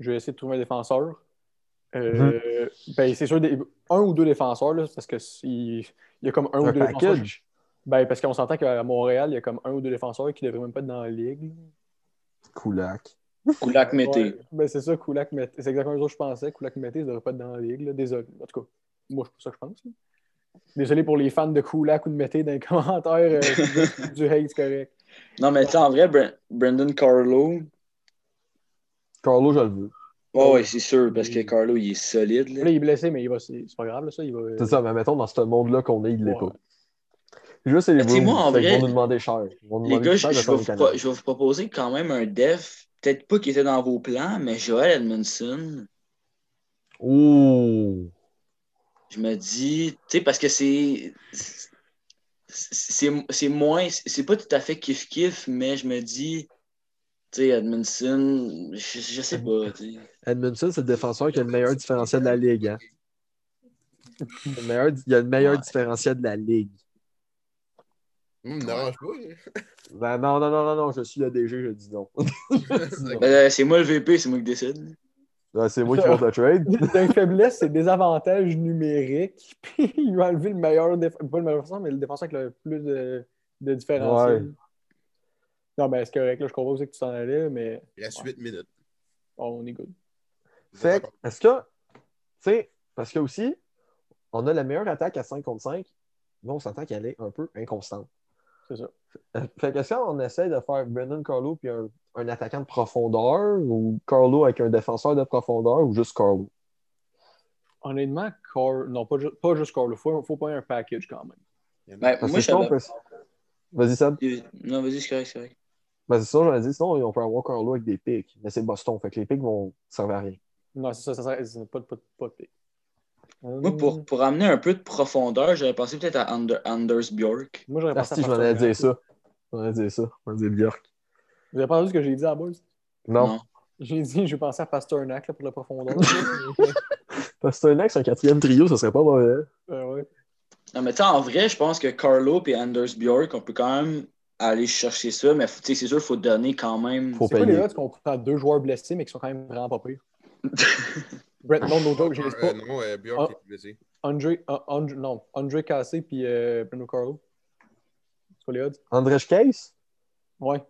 je vais essayer de trouver un défenseur.
Mhm.
Euh, Ben, c'est sûr, des- un ou deux défenseurs, là, parce que s'il- il y a comme un,
Un
ou deux défenseurs.
package.
Ben, parce qu'on s'entend qu'à Montréal, il y a comme un ou deux défenseurs qui ne devraient même pas être dans la ligue.
Koulak.
Koulak Mété.
Ouais. Ben, c'est ça, Koulak Mété. C'est exactement ça que je pensais. Koulak Mété, ne devrait pas être dans la ligue. là. Désolé. En tout cas, moi, c'est pas ça que je pense. là. Désolé pour les fans de Koulak ou de Mété dans les commentaires euh, du hate, c'est correct.
Non, mais tu sais, en vrai, Bren- Brendan Carlo,
Carlo, je le veux.
oh, ouais, c'est sûr, parce que Carlo, il est solide.
Là,
Là.
il est blessé, mais il va... c'est c'est pas grave, là, ça. Il va...
C'est ça, mais mettons, dans ce monde-là qu'on est, il l'est
Ouais.
pas. Juste, c'est les
Ben, tu sais,
Bruins.
moi, en
Fait qu'ils
vrai,
vont nous demander cher. Ils vont nous
Les
demander
gars, je,
cher de
je
faire
vais
le
vous
Canadien.
pro- je vais vous proposer quand même un def, peut-être pas qui était dans vos plans, mais Joel Edmondson.
Oh!
Je me dis, tu sais, parce que c'est. c'est- C'est c'est moins. C'est pas tout à fait kiff-kiff, mais je me dis, tu sais, Edmondson, je, je sais pas, tu sais.
Edmondson, c'est le défenseur qui a le meilleur différentiel de la ligue. Hein? Le meilleur, il a le meilleur
Ouais.
différentiel de la ligue.
Hum, me dérange pas. hein.
Ben non, non, non, non, non, je suis le DG, je dis non.
Ok.
Ben, c'est moi le VP, c'est moi qui décide.
Ben, c'est moi qui monte le trade.
D'une faiblesse, c'est des avantages numériques. Puis il lui a enlevé le meilleur défenseur, pas le meilleur défenseur, mais le défenseur avec le plus de, de différentiel.
Ouais.
Non, ben c'est correct, là, je comprends aussi que tu t'en allais, mais
Il reste 8 minutes.
on est good.
Fait que, est-ce que, tu sais, parce que aussi, on a la meilleure attaque à 5 contre 5, mais on s'entend qu'elle est un peu inconstante.
C'est ça.
Fait que, est-ce qu'on essaie de faire Brendan Carlo puis un, un attaquant de profondeur ou Carlo avec un défenseur de profondeur ou juste Carlo?
Honnêtement, Core, non, pas, ju- pas juste Core, il faut, faut pas un package quand même.
Il y en a-
Ben,
Parce que
moi, je
sinon, on
savais.
peut- Vas-y, Sam.
Non, vas-y, c'est correct, c'est correct.
Ben, c'est ça, j'en ai dit. Sinon, on peut avoir Carlo avec des pics. Mais c'est Boston. Fait que les pics vont servir à rien.
Non, c'est ça, ça serait c'est pas, pas, pas de pick. Hum.
Moi, pour, pour amener un peu de profondeur, j'avais pensé peut-être à Ander- Anders Bjork.
Moi, j'aurais
Ah,
pensé
si, je m'en
Pasternak.
allais dire ça. Je m'en allais dire ça. Je m'en allais dire Bjork.
Vous avez pas entendu ce que j'ai dit à Bulls?
Non.
J'ai dit, je pensais à Pasternak là, pour la profondeur.
Parce que c'est un ex, un quatrième trio, ça serait pas mauvais.
Euh, ouais.
Non, mais tu sais, en vrai, je pense que Carlo et Anders Bjork, on peut quand même aller chercher ça, mais faut- tu sais, c'est sûr, il faut donner quand même.
Faut
C'est pas les
payer.
odds qu'on prend deux joueurs blessés, mais qui sont quand même vraiment pas pires. Brett, non, no joke, je ne
Euh,
pas.
non, euh, Bjork est blessé.
André, euh, André- non, André Cassé puis euh, Bruno Caro. C'est quoi les odds?
André Case?
Ouais.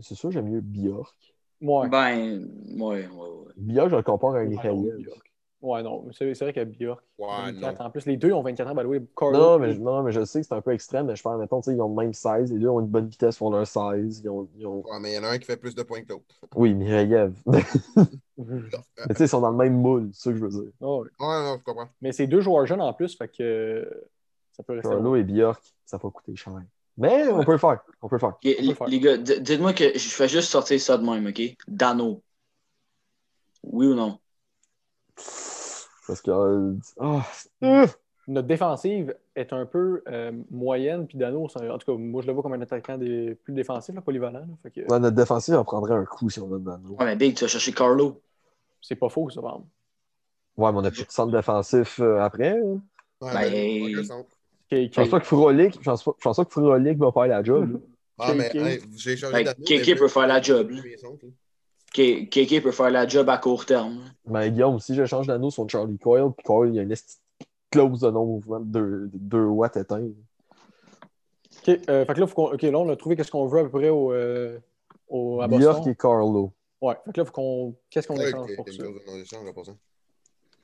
C'est sûr, j'aime mieux Bjork.
Ouais.
Bah,
Ben, ouais, ouais, ouais.
Bjork, je le compare à un
Ouais, non,
Israélien.
Bjork. Ouais, non, c'est c'est vrai qu'à Bjork.
Ouais,
24
non.
En plus, les deux ont 24 ans, by the way. Caro-
Non mais, je- non, mais je sais que c'est un peu extrême, mais je parle, mettons, tu sais, ils ont le même 16, les deux ont une bonne vitesse pour leur 16. Ils ont, ils ont-
Ouais, mais il y en a un qui fait plus de points que l'autre.
Oui, Mireyev. mais
Euh,
tu sais, ils sont dans le même moule, c'est ça que je veux dire.
Ah ouais.
Ouais, non, je comprends.
Mais c'est deux joueurs jeunes en plus, fait que euh, ça peut rester.
Charlo et Bjork, ça va coûter cher. Mais on peut le faire, on peut le faire.
Ok, les,
faire.
les gars, d- dites-moi que je fais juste sortir ça de même, ok? Dano. Oui ou non?
Parce que... euh, ah, euh,
Notre défensive est un peu euh, moyenne, puis Dano, c'est un- en tout cas, moi je le vois comme un attaquant des... plus défensif, là, polyvalent. là. fait que euh,
ouais, notre défensive, on prendrait un coup si on donne Dano.
Ouais, mais Big, tu vas chercher Carlo.
c'est pas faux, ça, par exemple.
Ouais, mais on a plus de centre défensif euh, après. hein.
Ouais,
Ben,
ben, aucun sens.
K-
Je pense pas que Frolic, je pense pas- je pense pas que Frolic va faire la job. là.
Ah, mais
KK.
hey, j'ai changé
Ben,
d'anneau,
KK
mais-
peut faire la job, là.
Mes sons, là.
K- KK peut faire la job à court terme.
Mais Ben, Guillaume, si je change d'anneau sur Charlie Coyle, puis Coyle, il y a une esti- clause de non-mouvement de 2 watts éteint.
OK, euh, fait que là, faut qu'on- ok, là, on a trouvé qu'est-ce qu'on veut à peu près au, euh, au- à Boston.
Bjork et Carlo.
Ouais, fait que là, faut qu'on. Qu'est-ce qu'on
Cole
échange
qui-
pour
qui
ça?
me donne un échange, pour ça.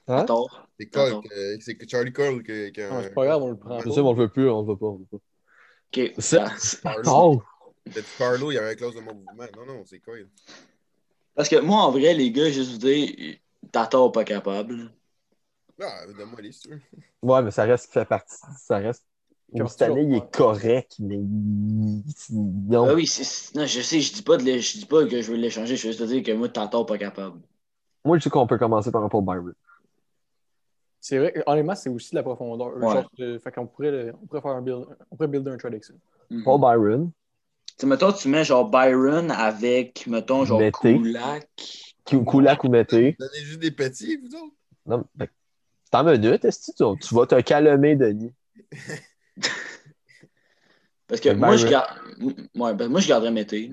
Hein?
Tort.
C'est Cole
Attends.
que- c'est que Charlie Cole qui qui a
Non,
un-
Ah, c'est pas grave, on le prend.
C'est sûr, mais on le veut plus, on le veut pas. On le veut pas.
Ok.
C'est-
Ben,
Carlo.
Oh!
T'as dit Carlo, il y avait un clause de mon mouvement. Non, non, c'est Cole.
Parce que moi, en vrai, les gars, juste vous dire, Tator pas capable.
Ah, donne-moi les si tu veux.
Ouais, mais ça reste qui fait partie. Ça reste.
Comme
cette année, il
toujours,
est correct, mais. il- Non.
Ah oui, c'est- c'est- non, je sais, je dis pas de l'é- je dis pas que je veux l'échanger, je veux juste te dire que moi, Tator pas capable.
Moi, je sais qu'on peut commencer par rapport à Byron.
C'est vrai, que, honnêtement, c'est aussi de la profondeur.
Ouais.
Genre, euh, fait qu'on pourrait, le- on pourrait faire un build, on pourrait builder un trade avec ça.
Mhm.
Paul Byron,
Tu sais, mettons, tu mets genre Byron avec, mettons, genre
Mettez.
Kulak.
Kou- Kulak ou Mété.
Donnez juste des petits, vous autres.
Non, mais. T'en minutes, est-ce que tu, tu vas te calmer, Denis?
Parce que
Fait que
moi, je
Byron.
garde. Ouais, ben, moi, je garderais Mété.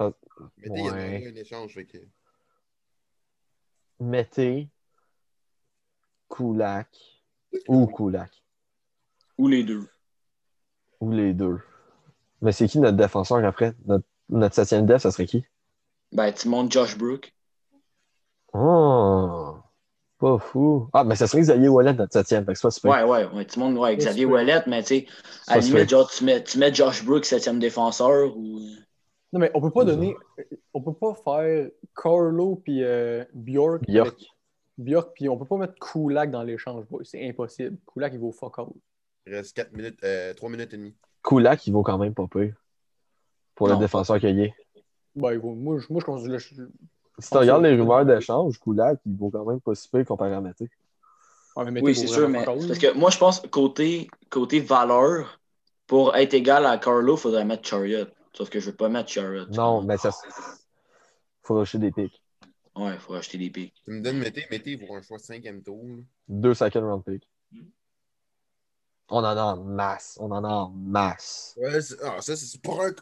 Mettez, il y en a
Ouais.
un, un échange. Fait que...
Mété. Kulak. Ou Kulak.
Ou les deux.
Ou les deux. Mais c'est qui notre défenseur après? Notre, notre septième def, ça serait qui?
Ben, tu montes Josh Brook.
Oh! Pas fou. Ah, mais ça serait Xavier Wallet, notre septième. Fait que c'est pas super.
Ouais, ouais, ouais. Tu montes ouais, Xavier
c'est-
Ouellet, mais tu sais, à la
Ça,
limite,
c'est-
genre, tu mets, tu mets Josh Brook, septième défenseur. ou...
Non, mais on peut pas
C'est
donner. On peut pas faire Carlo puis euh, Bjork.
Bjork.
avec- Bjork, puis on peut pas mettre Kulak dans l'échange, boy. C'est impossible. Kulak, il vaut fuck all.
Il reste 4 minutes, euh, 3 minutes et demie.
Kulak, il vaut quand même pas pire. Pour le
Non.
défenseur qu'il est.
Ben, il vaut- moi, je, moi, je considère. je-
Si tu
Ah,
regardes
c'est-
les rumeurs d'échange, Kulak, il vaut quand même pas si pire comparé à Mété.
Ouais, mais mettez
Oui,
pour
c'est sûr,
vraiment
mais.
fuck all.
Parce que moi, je pense, côté, côté valeur, pour être égal à Carlo, il faudrait mettre Chariot. Sauf que je veux pas mettre Chariot.
Non, mais ça. Faut rusher des pics.
Ouais, il faut acheter des pics.
Tu me donnes Mété, Mété, il vaut un choix de 5e tour. là.
Deux second round pick.
Mm.
On en a en masse. On en a en masse.
Ouais, c'est- ah, ça, c'est pas un.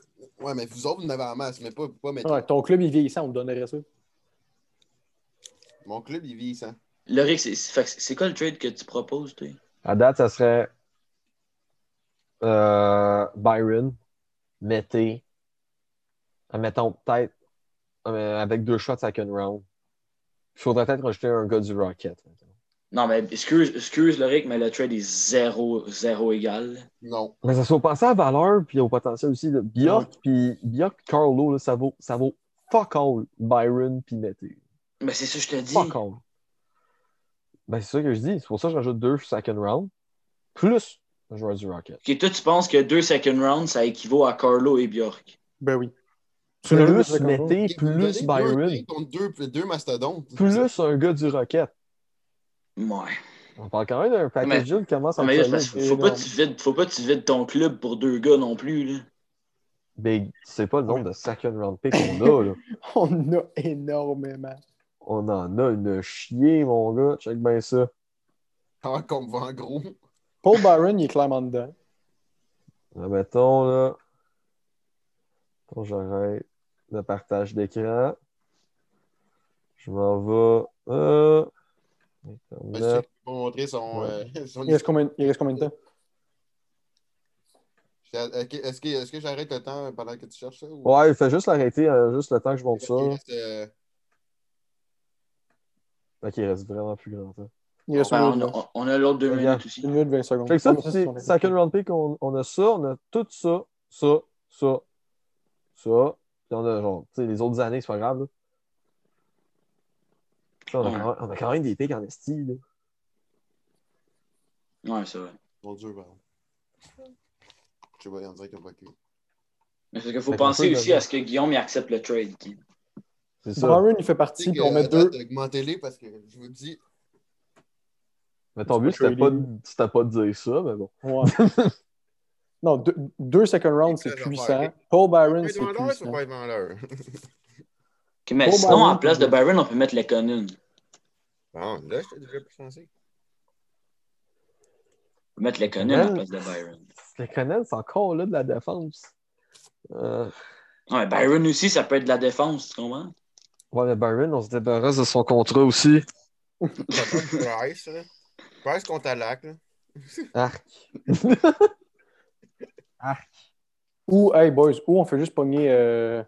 Ouais, mais vous autres, vous en avez en masse, mais pas, pas Mété.
Ouais, ton club, il vieillissant, on te donnerait ça.
Mon club, il vit ça.
Loric, c'est- c'est fait que c'est quoi le trade que tu proposes, toi?
À date, ça serait euh, Byron, Mété, mettons peut-être euh, avec deux shots second round. Il faudrait peut-être rajouter un gars du Rocket.
Non, mais excuse, excuse Loric, mais le trade est zéro, zéro égal.
Non.
Mais ça soit pensé à la valeur puis au potentiel aussi. De Bjork puis Bjork puis Carlo, là, ça vaut ça vaut fuck all Byron puis Mété.
Mais c'est ça que je te dis.
Fuck all. Ben, c'est ça que je dis. C'est pour ça que je rajoute deux second round plus le joueur du Rocket.
Ok, toi, tu penses que deux second rounds, ça équivaut à Carlo et Bjork.
Ben oui.
Plus Mété, plus
Vous donnez deux-
Byron,
deux Contre deux, deux mastodontes.
plus un gars du Rocket.
Ouais.
On parle quand même d'un
Mais-
package deal qui commence à
Non, mais là, c'est
être
parce que
solide.
faut pas, que
Énorme.
tu vides, faut pas que tu vides ton club pour deux gars non plus. Là.
Big, c'est pas le nombre de second round pick qu'on a. Là.
On a énormément.
On en a une chier, mon gars. Check bien ça.
Ah, comme en gros.
Paul Byron, il est clairement dedans.
Là, mettons, là. Attends, j'arrête le partage d'écran. Je m'en vais. euh,
Parce
Internet.
que tu peux montrer son. euh, son-
Il reste combien, il reste combien de temps?
euh, Ok, Est-ce que, est-ce que j'arrête le temps pendant que tu cherches ça? Ou...
Ouais, il fait juste l'arrêter, hein, juste le temps que je monte ça.
Il reste, euh,
Ok, il reste vraiment plus grand hein. temps.
Il reste
Ben,
une
on,
minute,
a, on a l'autre deux
Regarde.
minutes aussi.
une minute, 20 secondes.
Fait que ça,
Ah, mais c'est
petit
son avis.
second round pick, on, on a ça, on a tout ça, ça, ça, ça. Puis on a genre, tu sais, les autres années, c'est pas grave. là. Tu sais, On, a
Ouais.
quand même, on a quand même des picks en esti. là.
Ouais, c'est vrai.
Mon Dieu, pardon. Je sais pas, on dirait qu'il va cuire.
Mais parce qu'il faut
Fait qu'on
penser
peut
aussi
donner-
à ce que Guillaume il accepte le trade. Guy.
C'est ça.
Byron, il fait partie, puis on met deux.
Augmentez-les parce que je vous dis.
Mais ton but,
C'est pas
c'était pas, de-
trading.
c'était pas de dire ça, mais bon.
Ouais. non, deux, deux second rounds, c'est
Écoute,
puissant.
j'en
Paul Byron,
Mais
c'est hein.
demandeur, tu
puissant.
peux pas être vendeur.
Ok, mais
Pour
sinon,
Byron,
en place de
pour-
Byron, on peut mettre Lekonen.
Bon, là, j'étais déjà plus pensé.
On peut mettre Lekonen en
Ouais.
place de Byron.
Les Canadiens, c'est encore là de la défense. Euh,
Ouais, Byron aussi, ça peut être de la défense, tu comprends?
ouais, mais Byron, on se débarrasse de son contrat aussi.
Price, là. Price contre Alak, là.
Arc.
Ou, hey boys, ou on fait juste pogner euh,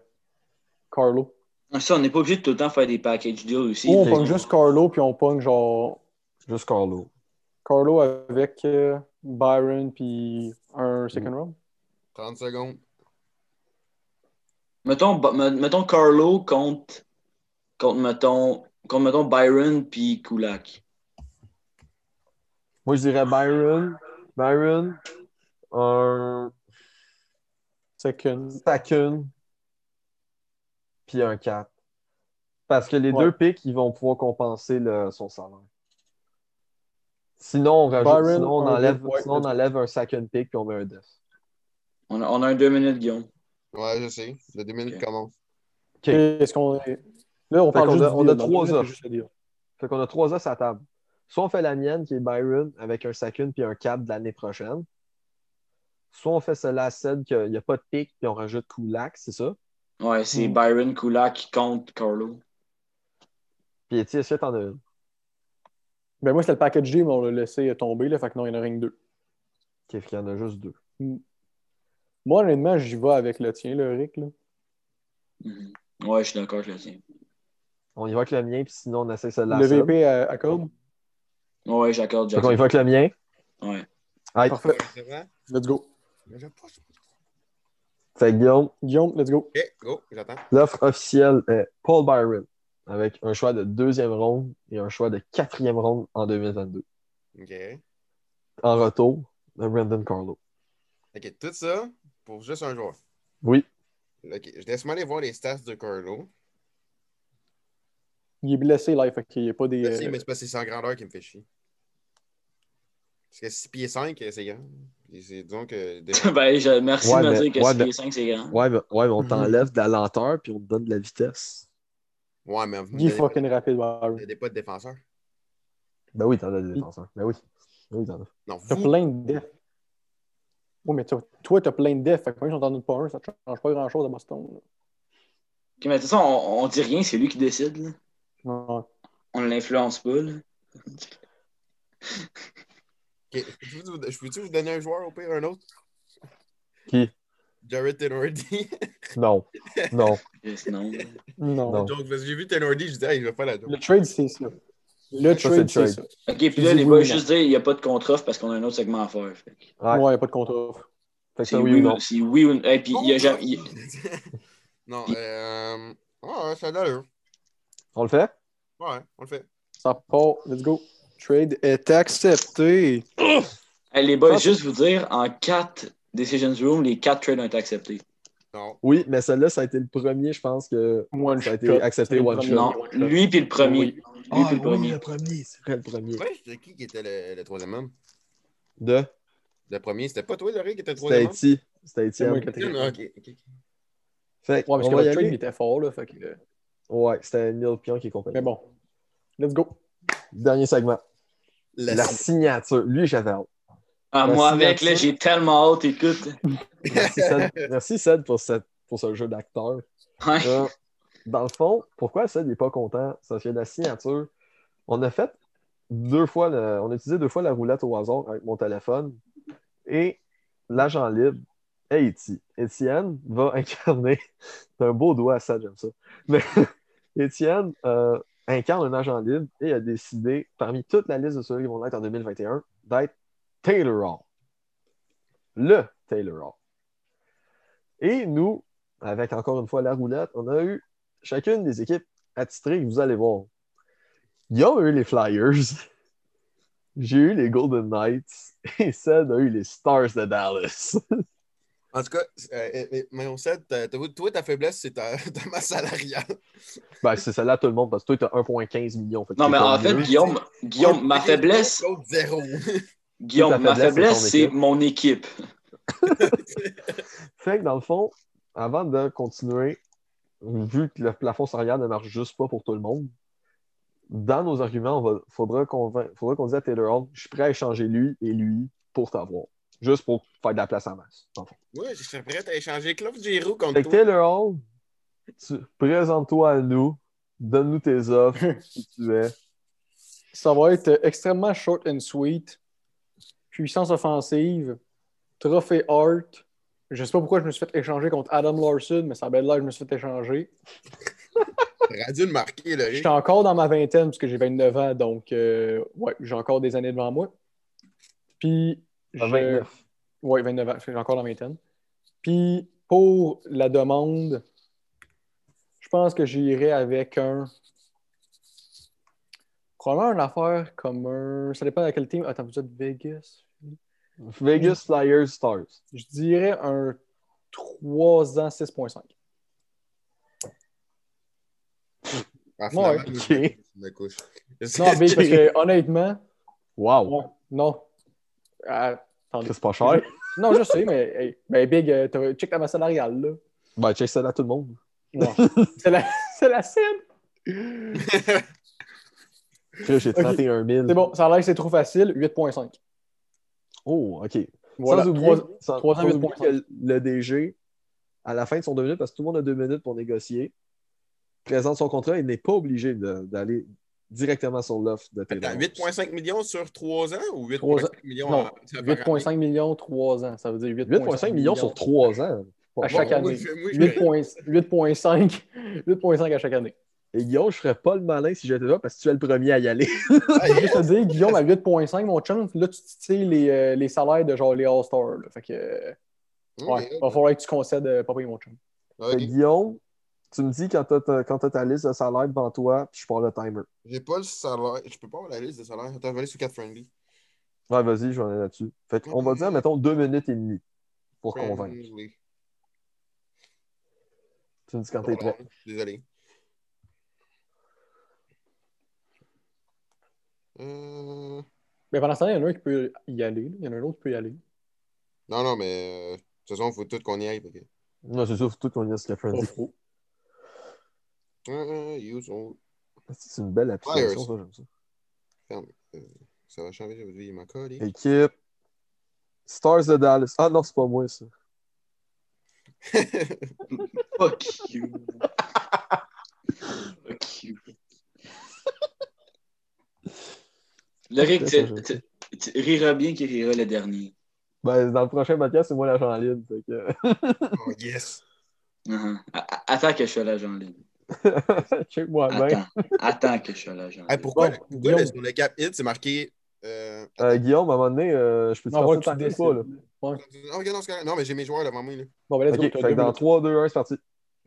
Carlo.
Ça, on n'est pas obligé de tout le temps faire des package deals aussi.
Oh,
Ou on
Fait que-
pogne juste Carlo, puis on pogne genre
Juste Carlo.
Carlo avec euh, Byron, puis un second round.
30 secondes.
Mettons, Ba- me- mettons Carlo contre, contre, mettons, contre, mettons Byron puis Kulak.
Moi, je dirais Byron. Byron. Un
Second.
Stacken. Puis un 4. Parce que les
Ouais.
deux picks, ils vont pouvoir compenser le- son salaire. Sinon, on, rajoute,
Byron,
sinon, on
un
enlève,
deux, ouais.
sinon, on enlève un second pick puis on met un def.
On a, on a un deux minutes, Guillaume.
Ouais, je sais. Le 2 minutes
Ok.
commence.
Ok.
Est-ce qu'on est- Là, on
Fait
parle
qu'on
juste
a-
du
on a
deal, donc
trois
là, c'est
offres.
juste le deal.
Fait qu'on a trois os à table. Soit on fait la mienne, qui est Byron, avec un Sakun puis un Cap de l'année prochaine. Soit on fait celle-là à Ced, qu'il n'y a pas de pic, puis on rajoute Kulak, c'est ça?
Ouais, c'est
Hmm.
Byron Kulak contre Carlo.
Puis, tu sais, est-ce que t'en as une?
Ben moi, c'était le package D, mais on l'a laissé tomber, là, fait que non, il y en a rien que deux.
Ok, fait qu'il y en a juste deux.
Moi, honnêtement, j'y vais avec le tien, le Rick. Là.
Mhm. Ouais, je suis d'accord, je le tiens.
On y va avec le mien, puis sinon, on essaie celle-là à
Le
Ced.
VP à, à Cobb.
Ouais, j'accorde,
Fait qu'on y
j'accorde.
va avec le mien.
Ouais.
Aïe,
Parfait.
C'est vrai?
Let's go.
Mais je pas. Ok,
fait que Guillaume,
Guillaume, let's go.
go, j'attends.
l'offre officielle est Paul Byron, avec un choix de deuxième ronde et un choix de quatrième ronde en 2022.
Ok.
En retour, de Brandon Carlo.
Ok, tout ça pour juste un joueur.
Oui,
Ok, je laisse-moi aller voir les stats de Carlo.
Il est blessé, là, fait qu'il n'y a pas des.
Je sais,
euh,
mais c'est parce que c'est en grandeur qui me fait chier. Parce que 6 pieds 5, c'est grand. Et c'est disons que.
ben, je- merci
Ouais,
de me
mais-
dire que
ouais,
6
mais-
pieds 5, c'est grand.
ouais, mais, ouais, mais on
Mhm.
t'enlève de la lenteur, puis on te donne de la vitesse.
Ouais, mais vous
Il est
n'avez
fucking rapide, Byron.
pas de défenseur.
Ben oui, t'en as des défenseurs. Ben oui. Ben oui, t'en as.
Non,
T'as
vous.
plein de def. Oui, mais t'as- toi, t'as plein de def. Fait que même si on t'en donne pas un, ça ne change pas grand-chose à Boston. là.
Ok, mais de toute façon, on, on dit rien, c'est lui qui décide. là.
Non.
On l'influence pas. Là.
Ok, Je peux-tu vous- je peux-tu vous donner un joueur au pire, un autre?
Qui?
Jared Tenordi.
Non. Non.
Juste non.
Non.
Non.
Donc, parce que j'ai vu Tenordi, je disais, ah, il va faire la double.
Le trade, c'est ça. Le
Ça,
trade,
c'est le
c'est ça.
Ok, puis là,
dis
les
oui
boys,
ou non.
juste dire, il n'y a pas de contre-offre parce qu'on a un autre segment à faire. Fait que
Ouais.
Ouais, il n'y a pas de contre-offre.
Fait que
C'est
Ben, ça, oui
oui,
ou
ou-
non.
c'est oui ou non. Et puis, il y a jamais. il-
non, euh. Ah, ça a l'allure.
On le fait?
Ouais, on le fait.
Ça part. Let's go. Trade est accepté.
Hey, les boys,
Ah,
juste vous dire, en 4 Decisions Room, les 4 trades ont été acceptés.
Non.
Oui, mais celle-là, ça a été le premier, je pense que.
One
Ça a été
shot.
accepté,
C'est le
one
premier.
shot.
Non, lui puis le premier.
Oui.
Lui puis Ah,
Ah,
le premier.
premier, c'est vrai le premier.
Ouais, c'était qui qui était le, le troisième homme?
De?
Le premier, c'était pas toi, Laurie, qui était le
C'était
troisième hein? homme?
Haïti. C'était
C'est moi
Étienne.
qui ai
Non,
été-
non, ok, ok, ok.
Fait
Ouais,
on
parce que
va y
le trade, il
aller.
était fort, là. Fait que, euh,
Ouais, c'était Neil Pion qui est compagnie.
Mais bon. Let's go.
Dernier segment.
La-
La, signature. Lui, j'avais hâte.
Ah,
La
moi, avec, là,
signature.
j'ai tellement hâte, écoute.
Merci, Sed, Merci, Sed, pour, cette- pour ce jeu d'acteur.
Ouais.
Euh, dans le fond, pourquoi ça n'est pas content? C'est parce que la signature, on a fait deux fois, le- on a utilisé deux fois la roulette au hasard avec mon téléphone et l'agent libre, Haiti. Étienne va incarner, c'est un beau doigt ça, j'aime ça, mais Étienne euh, incarne un agent libre et a décidé, parmi toute la liste de ceux qui vont l'être en 2021, d'être Taylor Hall. Le Taylor Hall. Et nous, avec encore une fois la roulette, on a eu chacune des équipes attitrées que vous allez voir. Ils ont eu les Flyers. J'ai eu les Golden Knights. Et Sed a eu les Stars de Dallas.
En tout cas, euh, euh, mais on sait, t'as- t'as- toi, ta faiblesse, c'est ta, ta masse salariale.
Ben, c'est celle-là tout le monde parce que toi, tu as 1,15 million. que
Non,
t'es
mais
pas
en fait,
mieux.
Guillaume, Guillaume, ma faiblesse,
L'autre, Zéro.
Ta
Guillaume, ma
faiblesse, c'est
faiblesse,
ton
c'est
équipe.
mon équipe.
Fait que dans le fond, avant de continuer, vu que le plafond salarial ne marche juste pas pour tout le monde, dans nos arguments, il faudra qu'on vain- faudra qu'on dise à Taylor Hall, je suis prêt à échanger lui et lui pour t'avoir. Juste pour faire de la place en masse. dans le fond.
Ouais, je serais prêt à échanger Claude Giroux contre
Fait que
toi.
Taylor Hall, tu- présente-toi à nous, donne-nous tes offres, qui tu es.
Ça va être euh, extrêmement short and sweet. Puissance offensive, trophée Hart. Je sais pas pourquoi je me suis fait échanger contre Adam Larson, mais ça a belle l'air que je me suis fait échanger.
T'aurais dû le marquer, là.
Je suis encore dans ma vingtaine parce que j'ai 29 ans, donc euh, ouais, j'ai encore des années devant moi. Puis
À
je-
29.
Oui, 29 ans. J'ai encore la vingtaine. Puis, pour la demande, je pense que j'irai avec un. Probablement une affaire comme un. Ça dépend de quel team. Attends, vous êtes Vegas.
Vegas Flyers Stars.
Je dirais un 3 ans 6.5.
Ah, finalement,
Ouais,
je me-
ok.
je me couche.
Non, Vegas, parce que honnêtement,
Wow!
ouais, non. Ah, attendez.
C'est pas cher.
Non, je sais, mais hey, ben, Big, euh, t'as- check ta masse salariale, là.
Ben, check ça à tout le monde.
Ouais. C'est la, c'est la scène.
Là, J'ai 31 000.
C'est bon, ça a l'air que c'est trop facile. 8.5.
Oh, OK.
Voilà,
sans oublier,
trois-
sans-
trois ans,
sans
huit
oublier
points.
que le DG, à la fin de son deux minutes, parce que tout le monde a deux minutes pour négocier, présente son contrat et n'est pas obligé de- d'aller directement sur l'offre de
Attends,
Taylor.
8,5 millions sur 3 ans ou
Trois ans.
8,5 millions
Non,
en- ça par année?
8,5 millions, 3 ans. Ça veut dire
8,5 millions sur 3 ans.
À chaque
Moi,
année.
moi, je- moi, je-
8,5 8,5 à chaque année.
Et Guillaume, je ferais pas le malin si j'étais là parce que tu es le premier à y aller.
Ah,
Je veux juste te dire, Guillaume, à 8,5, mon chum, là, tu sais les, euh, les salaires de genre les All-Stars. là. Fait que, euh, ouais,
Ok,
va falloir que tu concèdes, euh, papa et mon chum.
ok.
Fait que Euh, Guillaume, tu me dis quand tu as, ta liste de salaire devant toi, puis je pars le timer.
J'ai pas le salaire. Je peux pas avoir la liste de salaire. Attends, je vais aller sur 4 friendly.
Ouais, vas-y, je vais aller là-dessus. Fait qu'on va dire, mettons, deux minutes et demie pour
Ben,
convaincre.
Friendly.
Tu me dis quand t'es prêt.
Désolé. Euh,
Mais pendant ce temps, il y en a un qui peut y aller. là. Il y en a un autre qui peut y aller.
Non, non, mais euh, de toute façon, il faut tout qu'on y aille. fait que-
Non, c'est sûr, faut tout qu'on y a ce que Freddy.
Pas faux.
Euh, use all-
C'est une belle application, ça, j'aime ça.
Ça va changer, j'avais oublié ma colle. hein.
Équipe. Stars de Dallas. Ah non, c'est pas moi, ça.
Fuck you. Fuck you. Loric, tu, tu- tu riras bien qu'il rira le dernier.
Ben, dans le prochain podcast, c'est moi l'agent libre. fait que-
Oh, yes!
Uh-huh. A- a- Attends que je sois l'agent libre.
Check-moi bien.
Attends. Attends que je sois l'agent
Hey,
libre.
pourquoi
Bon,
le- pourquoi
Guillaume.
le- sur le cap hit, c'est marqué. euh,
Euh, Guillaume, à un moment donné, euh, je peux te
Non, on
passer
va que tu
tant que
décides.
pas, là.
Ah, regarde, non, c'est correct. Non, mais j'ai mes joueurs devant moi. Là.
Bon, ben, let's
Ok,
go.
fait que dans 3, 2, 1, c'est parti.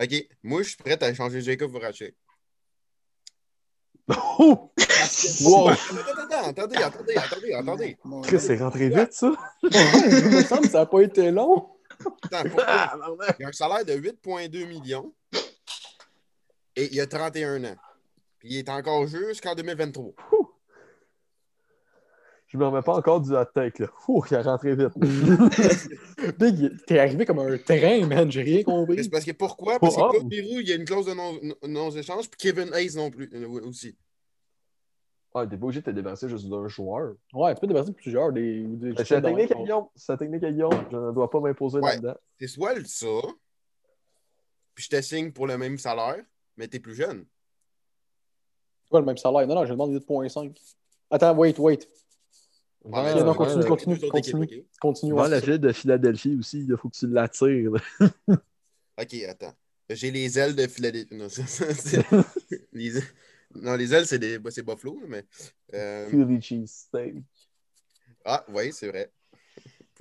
Ok, moi, je suis prêt à changer Jacob Voracek.
Oh! Wow!
Attends, attends, attendez, attendez, attendez, attendez.
Chris, c'est rentré vite, ça?
Il me semble que ça n'a pas été long.
Attends, pourquoi? Il a un salaire de 8,2 millions et il a 31 ans. Puis il est encore jusqu'en 2023.
Je me remets pas encore du hot take, là. Ouh, il a rentré vite.
Big, t'es arrivé comme un train, man. J'ai rien
Mais c'est
compris.
parce que pourquoi?
Pour
Parce que
homme.
Claude Giroux, il y a une clause de non- non- non-échange, puis Kevin Hayes non plus euh, aussi.
Ah, t'es pas obligé de te débarrasser juste d'un joueur.
Ouais, tu peux débarrasser de plusieurs. Des, ou des-
C'est la technique à Guillaume. C'est la technique à Guillaume. Je ne dois pas m'imposer
Ouais.
là-dedans.
C'est soit le ça, puis je te signe pour le même salaire, mais t'es plus jeune.
Quoi, le même salaire? Non, non, je demande 8.5. Attends, wait, wait.
Ah,
Ouais,
non,
ouais,
continue,
ouais.
continue.
Deux autres équipes, ok.
Continue.
Vends
ouais,
la
c'est ça.
ville de Philadelphie aussi, il faut que tu l'attires. là.
Ok, attends. J'ai les ailes de Philadelphie. Non, ça, ça, c'est- les... non, les ailes, c'est des... c'est Buffalo, mais. euh,
Philly cheese steak.
Ah, oui, c'est vrai.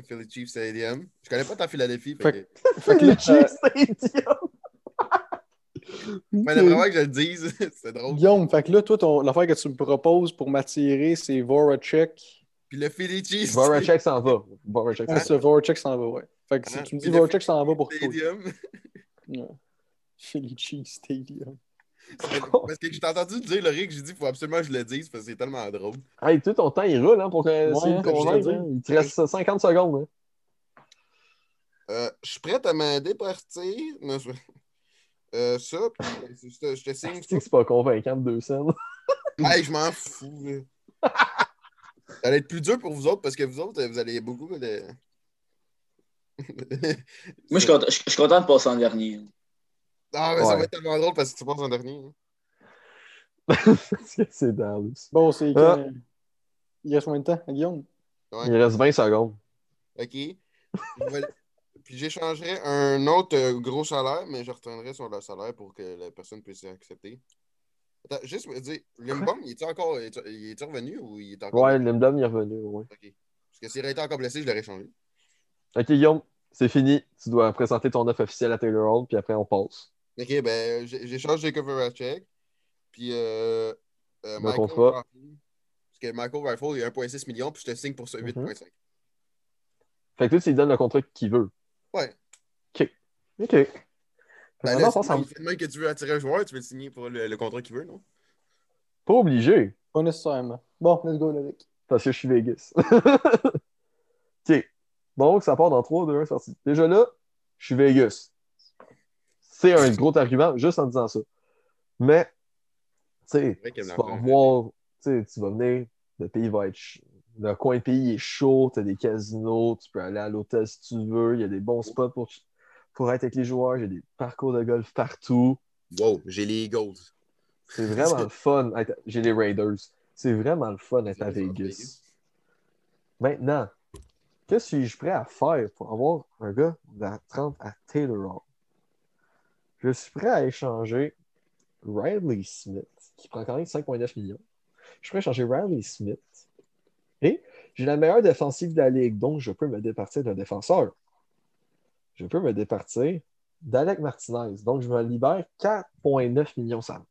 Philly Chiefs Stadium. Je connais pas tant Philadelphie. Fait
Fait
que...
Fait que là, euh,
Mais vraiment que je le dise, c'est drôle.
euh, Guillaume, fait que là, toi, ton- l'affaire que tu me proposes pour m'attirer, c'est Voracek.
Puis le Philly Chiefs
Voracek s'en va. Voracek s'en
Ah,
va.
ce Voracek s'en va, ouais. Hein? Fait que si
Ah,
tu me
puis
dis
le
Voracek s'en va pour toi.
Stadium.
Ouais. Philly Cheese Stadium.
Parce que je t'ai entendu dire, Laurie, que j'ai dit qu'il faut absolument que je le dise parce que c'est tellement drôle.
Hey, tout ton temps, il roule hein, pour euh,
Ouais,
essayer de
comme je
convaincre.
te dis.
hein. Il te reste 50 secondes. hein.
Euh, je suis prête à m'en départir. Non, je... Euh, ça, puis, euh, c'est- je te- je te
Ah,
signe.
c'est-tu que c'est pas convaincant de 200. là?
Hey, je m'en fous. là. Ça va être plus dur pour vous autres parce que vous autres, vous allez beaucoup de.
Moi, je suis content- je- je suis content de passer en dernier.
Ah, mais ça va
Ouais.
être tellement drôle parce que tu passes en dernier. hein.
Parce que c'est dingue.
Bon, c'est quand?
Ah.
Il reste combien de temps, à Guillaume?
Il reste 20 secondes.
OK. Je vais- Puis j'échangerai un autre euh, gros salaire, mais je retournerai sur le salaire pour que la personne puisse accepter. Attends, juste me dire, Limbom, il est encore il est-tu- il est-tu revenu ou il est encore.
Ouais, Limdom il est revenu. ouais.
OK. Parce que s'il aurait été encore blessé, je l'aurais changé.
Ok, Guillaume, c'est fini. Tu dois présenter ton offre officielle à Taylor Hall, puis après on passe.
Ok, ben, j'ai- j'échange des cover à check. Puis, euh, euh, Michael
contrat.
Rifle. Parce que Michael Rifle, il a 1,6 million, puis je te signe pour ça
Mhm.
8,5.
Fait que là, tu lui donnes le contrat qu'il veut.
Ouais.
Ok. Fait que
Ben,
maintenant,
là,
ça, ça me-
si- même que tu veux attirer un joueur, tu veux le signer pour le, le contrat qu'il veut, non?
Pas obligé.
Pas nécessairement. Bon, let's go, Lovic.
Parce que je suis Vegas. OK. Donc, ça part dans 3, 2, 1, sorti. Déjà là, je suis Vegas. C'est un gros argument juste en disant ça. Mais, tu sais,
vrai
tu
qu'il y a de
vas
l'argent.
voir, tu sais, tu vas venir, le pays va être ch- Le coin de pays est chaud, tu as des casinos, tu peux aller à l'hôtel si tu veux, il y a des bons spots pour, pour être avec les joueurs, il y a des parcours de golf partout.
Wow, j'ai les Eagles.
C'est vraiment le fun. d'être- J'ai les Raiders. C'est vraiment le fun d'être à
J'ai les
Vegas. Maintenant, que suis-je prêt à faire pour avoir un gars de 30 à Taylor Hall? Je suis prêt à échanger Riley Smith, qui prend quand même 5,9 millions. Je suis prêt à échanger Riley Smith. Et j'ai la meilleure défensive de la ligue, donc je peux me départir d'un défenseur. Je peux me départir d'Alec Martinez. Donc, je me libère 4,9 millions de salaires.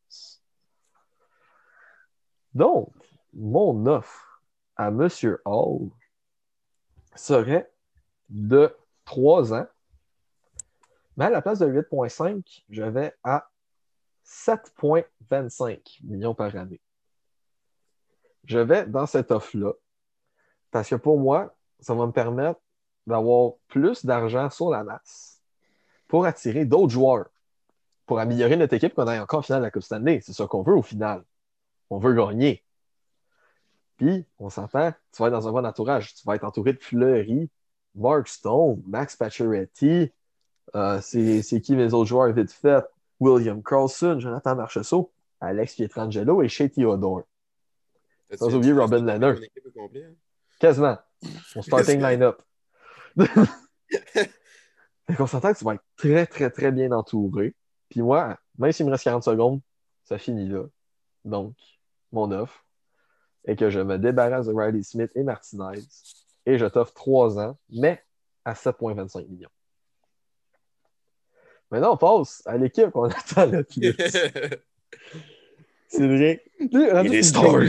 Donc, mon offre à M. Hall serait de 3 ans. Mais à la place de 8,5, je vais à 7,25 millions par année. Je vais dans cette offre-là parce que pour moi, ça va me permettre d'avoir plus d'argent sur la masse pour attirer d'autres joueurs, pour améliorer notre équipe qu'on aille encore en finale de la Coupe Stanley. C'est ça qu'on veut au final. On veut gagner. Puis, on s'entend, tu vas être dans un bon entourage. Tu vas être entouré de Fleury, Mark Stone, Max Pacioretty. euh, c'est c'est qui mes autres joueurs vite fait? William Carlson, Jonathan Marchessault, Alex Pietrangelo et Shea Theodore.
T'as-tu-
Sans oublier Robin
t'as-tu
Lehner.
ton équipe au complet, hein?
Quasiment. Mon starting line-up. fait qu'on s'entend que tu vas être très, très, très bien entouré. Puis moi, même s'il me reste 40 secondes, ça finit là. Donc, mon offre est que je me débarrasse de Riley Smith et Martinez et je t'offre 3 ans, mais à 7,25 millions. Maintenant, on passe à l'équipe qu'on attend le plus. C'est vrai.
Il
Ça- C'est
Comme
venu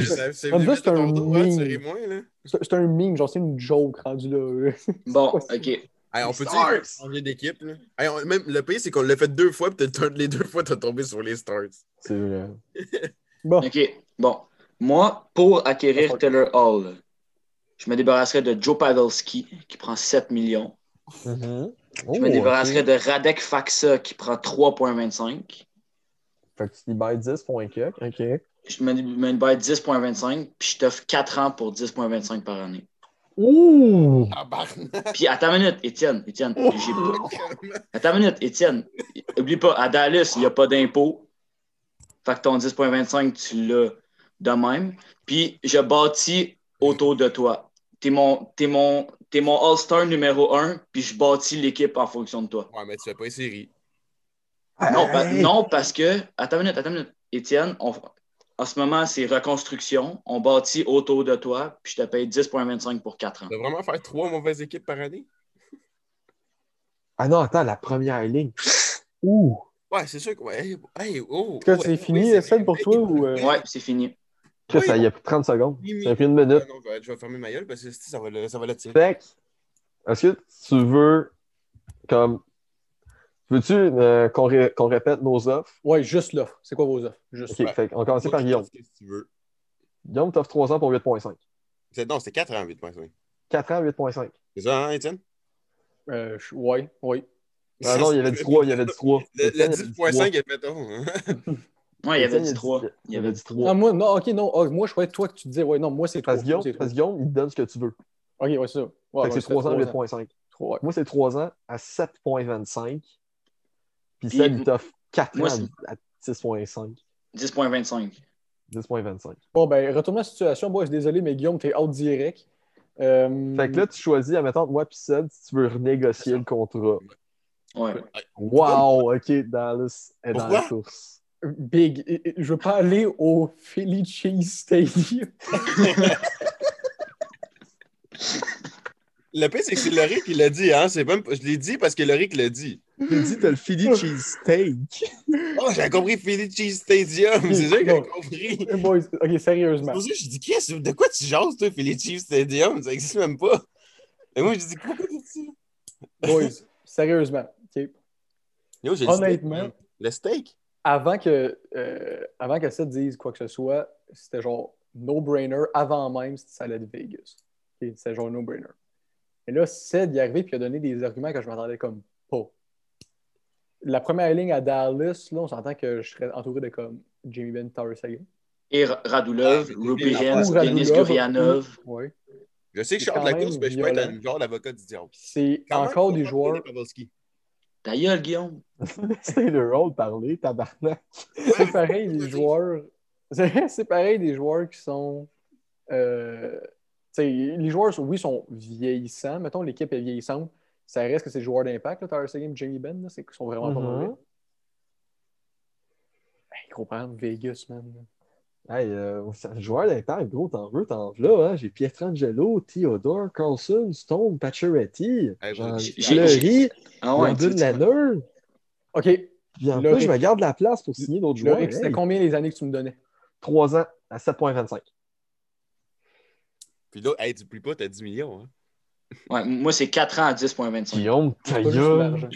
ça,
vite
c'est
à
un
ton tour, hein,
meme.
tu ris moins, là.
C'est c'est un meme, genre c'est une joke rendue là.
Bon,
C'est
ok.
Hey, on
Les
peut
Stars.
dire changer d'équipe, là. Hey, on- même, le pire, c'est qu'on l'a fait deux fois, puis t'as- les deux fois, t'as tombé sur les Stars.
C'est vrai.
Bon,
OK. Bon. Moi, pour acquérir Taylor Hall, je me débarrasserai de Joe Pavelski, qui prend 7 millions. Mm-hmm. Je me
Oh,
débarrasserai
ok.
de Radek Faxa, qui prend 3,25.
Fait que tu libères 10 points quelques. OK.
Je me me libère 10,25, puis je t'offre 4 ans pour 10,25 par année.
Ouh!
Ah, Tabarnak!
Puis, attends une minute, Étienne, Étienne,
Oh.
j'ai pas- Attends une minute, Étienne. Oublie pas, à Dallas, il n'y a pas d'impôt. Fait que ton 10.25, tu l'as de même. Puis je bâtis autour de toi. T'es mon, t'es mon, t'es mon All-Star numéro 1, puis je bâtis l'équipe en fonction de toi.
Ouais, mais tu fais pas une série.
Ah, Non, pa-
Hey!
non, parce que. Attends une minute, attends une minute. Étienne, on- en ce moment, c'est reconstruction. On bâtit autour de toi, puis je te paye 10,25 pour 4 ans.
Tu vas vraiment faire trois mauvaises équipes par année?
Ah non, attends, la première ligne. Ouh!
Ouais, c'est sûr que. Ouais, hey, hey, oh,
tout cas,
ouais,
c'est
oui,
fini,
vrai.
Estelle, pour toi, ou, euh,
Ouais, c'est fini.
Chris, ça y a plus de 30 secondes.
Oui, oui.
Ça a pris une
Ah
minute.
non, je vais- je vais fermer ma gueule parce que ça va le, ça va le tirer.
Fait que, est-ce que tu veux, comme, veux-tu euh, qu'on, ré- qu'on répète nos offres?
Ouais, juste l'offre. C'est quoi vos offres? Juste.
Ok, fait qu'on commence par Guillaume.
Qu'est-ce que tu veux?
Guillaume t'offre 3 ans pour 8,5.
C'est- Non, c'est 4 ans, 8.5.
4 ans, 8,5.
C'est ça, hein, Étienne?
Euh, je- ouais, ouais.
Ah non, il y avait du 3, il y avait du 3.
Le, le
Étienne, il y avait du
10.5, il y avait ton.
Ouais, il y avait
Étienne,
dit 3.
Il y avait du
Ah,
3.
moi, non, ok, non. Ah, moi, je croyais toi que tu disais, ouais, non, moi, c'est trois.
Parce que Guillaume,
c'est
parce
trois.
que Guillaume, il te donne ce que tu veux.
Ok, ouais, c'est ça. Ouais,
Fait que c'est
ouais,
3 ans,
trois
8,5.
Trois, ouais.
Moi, c'est 3 ans à 7,25. Puis
Puis-
ça, il t'offre 4
Moi,
ans à 6,5.
10,25.
10,25.
Bon, ben, retournons à la situation. Moi, je suis désolé, mais Guillaume, t'es out direct. Euh,
Fait que là, tu choisis, admettons, moi pis Seb, si tu veux renégocier le contrat.
Ouais.
Wow, ok, Dallas est dans
Pourquoi?
la course.
Big, et- et- je veux pas aller au Philly Cheese Stadium.
Le pire, c'est que c'est Loric qui l'a dit, hein? C'est même... Je l'ai dit parce que Loric l'a dit.
Il dit, t'as le Philly Cheesesteak.
Oh, j'ai compris Philly Cheese Stadium. C'est ça que j'ai
Non.
compris.
Eh, boys, ok,
C'est
sérieusement.
pour ça que je dis, Qu'est-ce- de quoi tu jases, toi, Philly Cheese Stadium? Ça existe même pas. Et moi, je dis, pourquoi tu dis ça?
Boys, sérieusement. ok.
Yo, j'ai le steak,
Honnêtement,
man. Le steak?
avant que euh, avant que ça dise quoi que ce soit, c'était genre no-brainer avant même si ça allait de Vegas. Ok, C'était genre no-brainer. Et là, Ced y est arrivé puis il a donné des arguments que je m'attendais comme pas. La première ligne à Dallas, là, on s'entend que je serais entouré de comme Jamie Ben Tarasega.
Et Ra- Radulov,
Ah, mais
Rupi
Rupi
Hens, Denis Gurianov.
Ouais.
Je sais que je suis
C'est
hors de
quand
la
même
course, mais je peux être
violent.
un genre l'avocat du diable.
C'est
Quand même,
encore
faut
des
pas
joueurs.
prendre Pavelski.
Ta gueule, Guillaume.
C'est le rôle de parler, tabarnak.
C'est pareil des joueurs. C'est c'est pareil des joueurs qui sont. euh, tu sais, les joueurs, oui, sont vieillissants. Mettons, l'équipe est vieillissante. Ça reste que c'est des joueurs d'impact, là, Tyler Seguin, Jamie Ben, là, c'est qu'ils sont vraiment
Mhm.
pas mauvais. Ben, Hey, gros, par exemple, Vegas, man.
Hey, euh, ça- joueur d'impact, gros, t'en veux, t'en veux là. Hein? J'ai Pietrangelo, Theodore, Carlson, Stone, Pacioretty,
Hey,
Jean-
j'ai-
Fleury,
Ah ouais, tu-
Brandon
tu-
Lanner.
OK.
Puis en
Loric-
plus, je me garde la place pour signer d'autres joueurs.
Loric, c'était
hey.
combien les années que tu me donnais?
3 ans à 7,25.
Puis là, hey, tu plies pas, t'as 10 millions. Hein.
ouais, moi, c'est 4 ans à 10,25.
Guillaume,
Pas
ta
juste
gueule,
l'argent.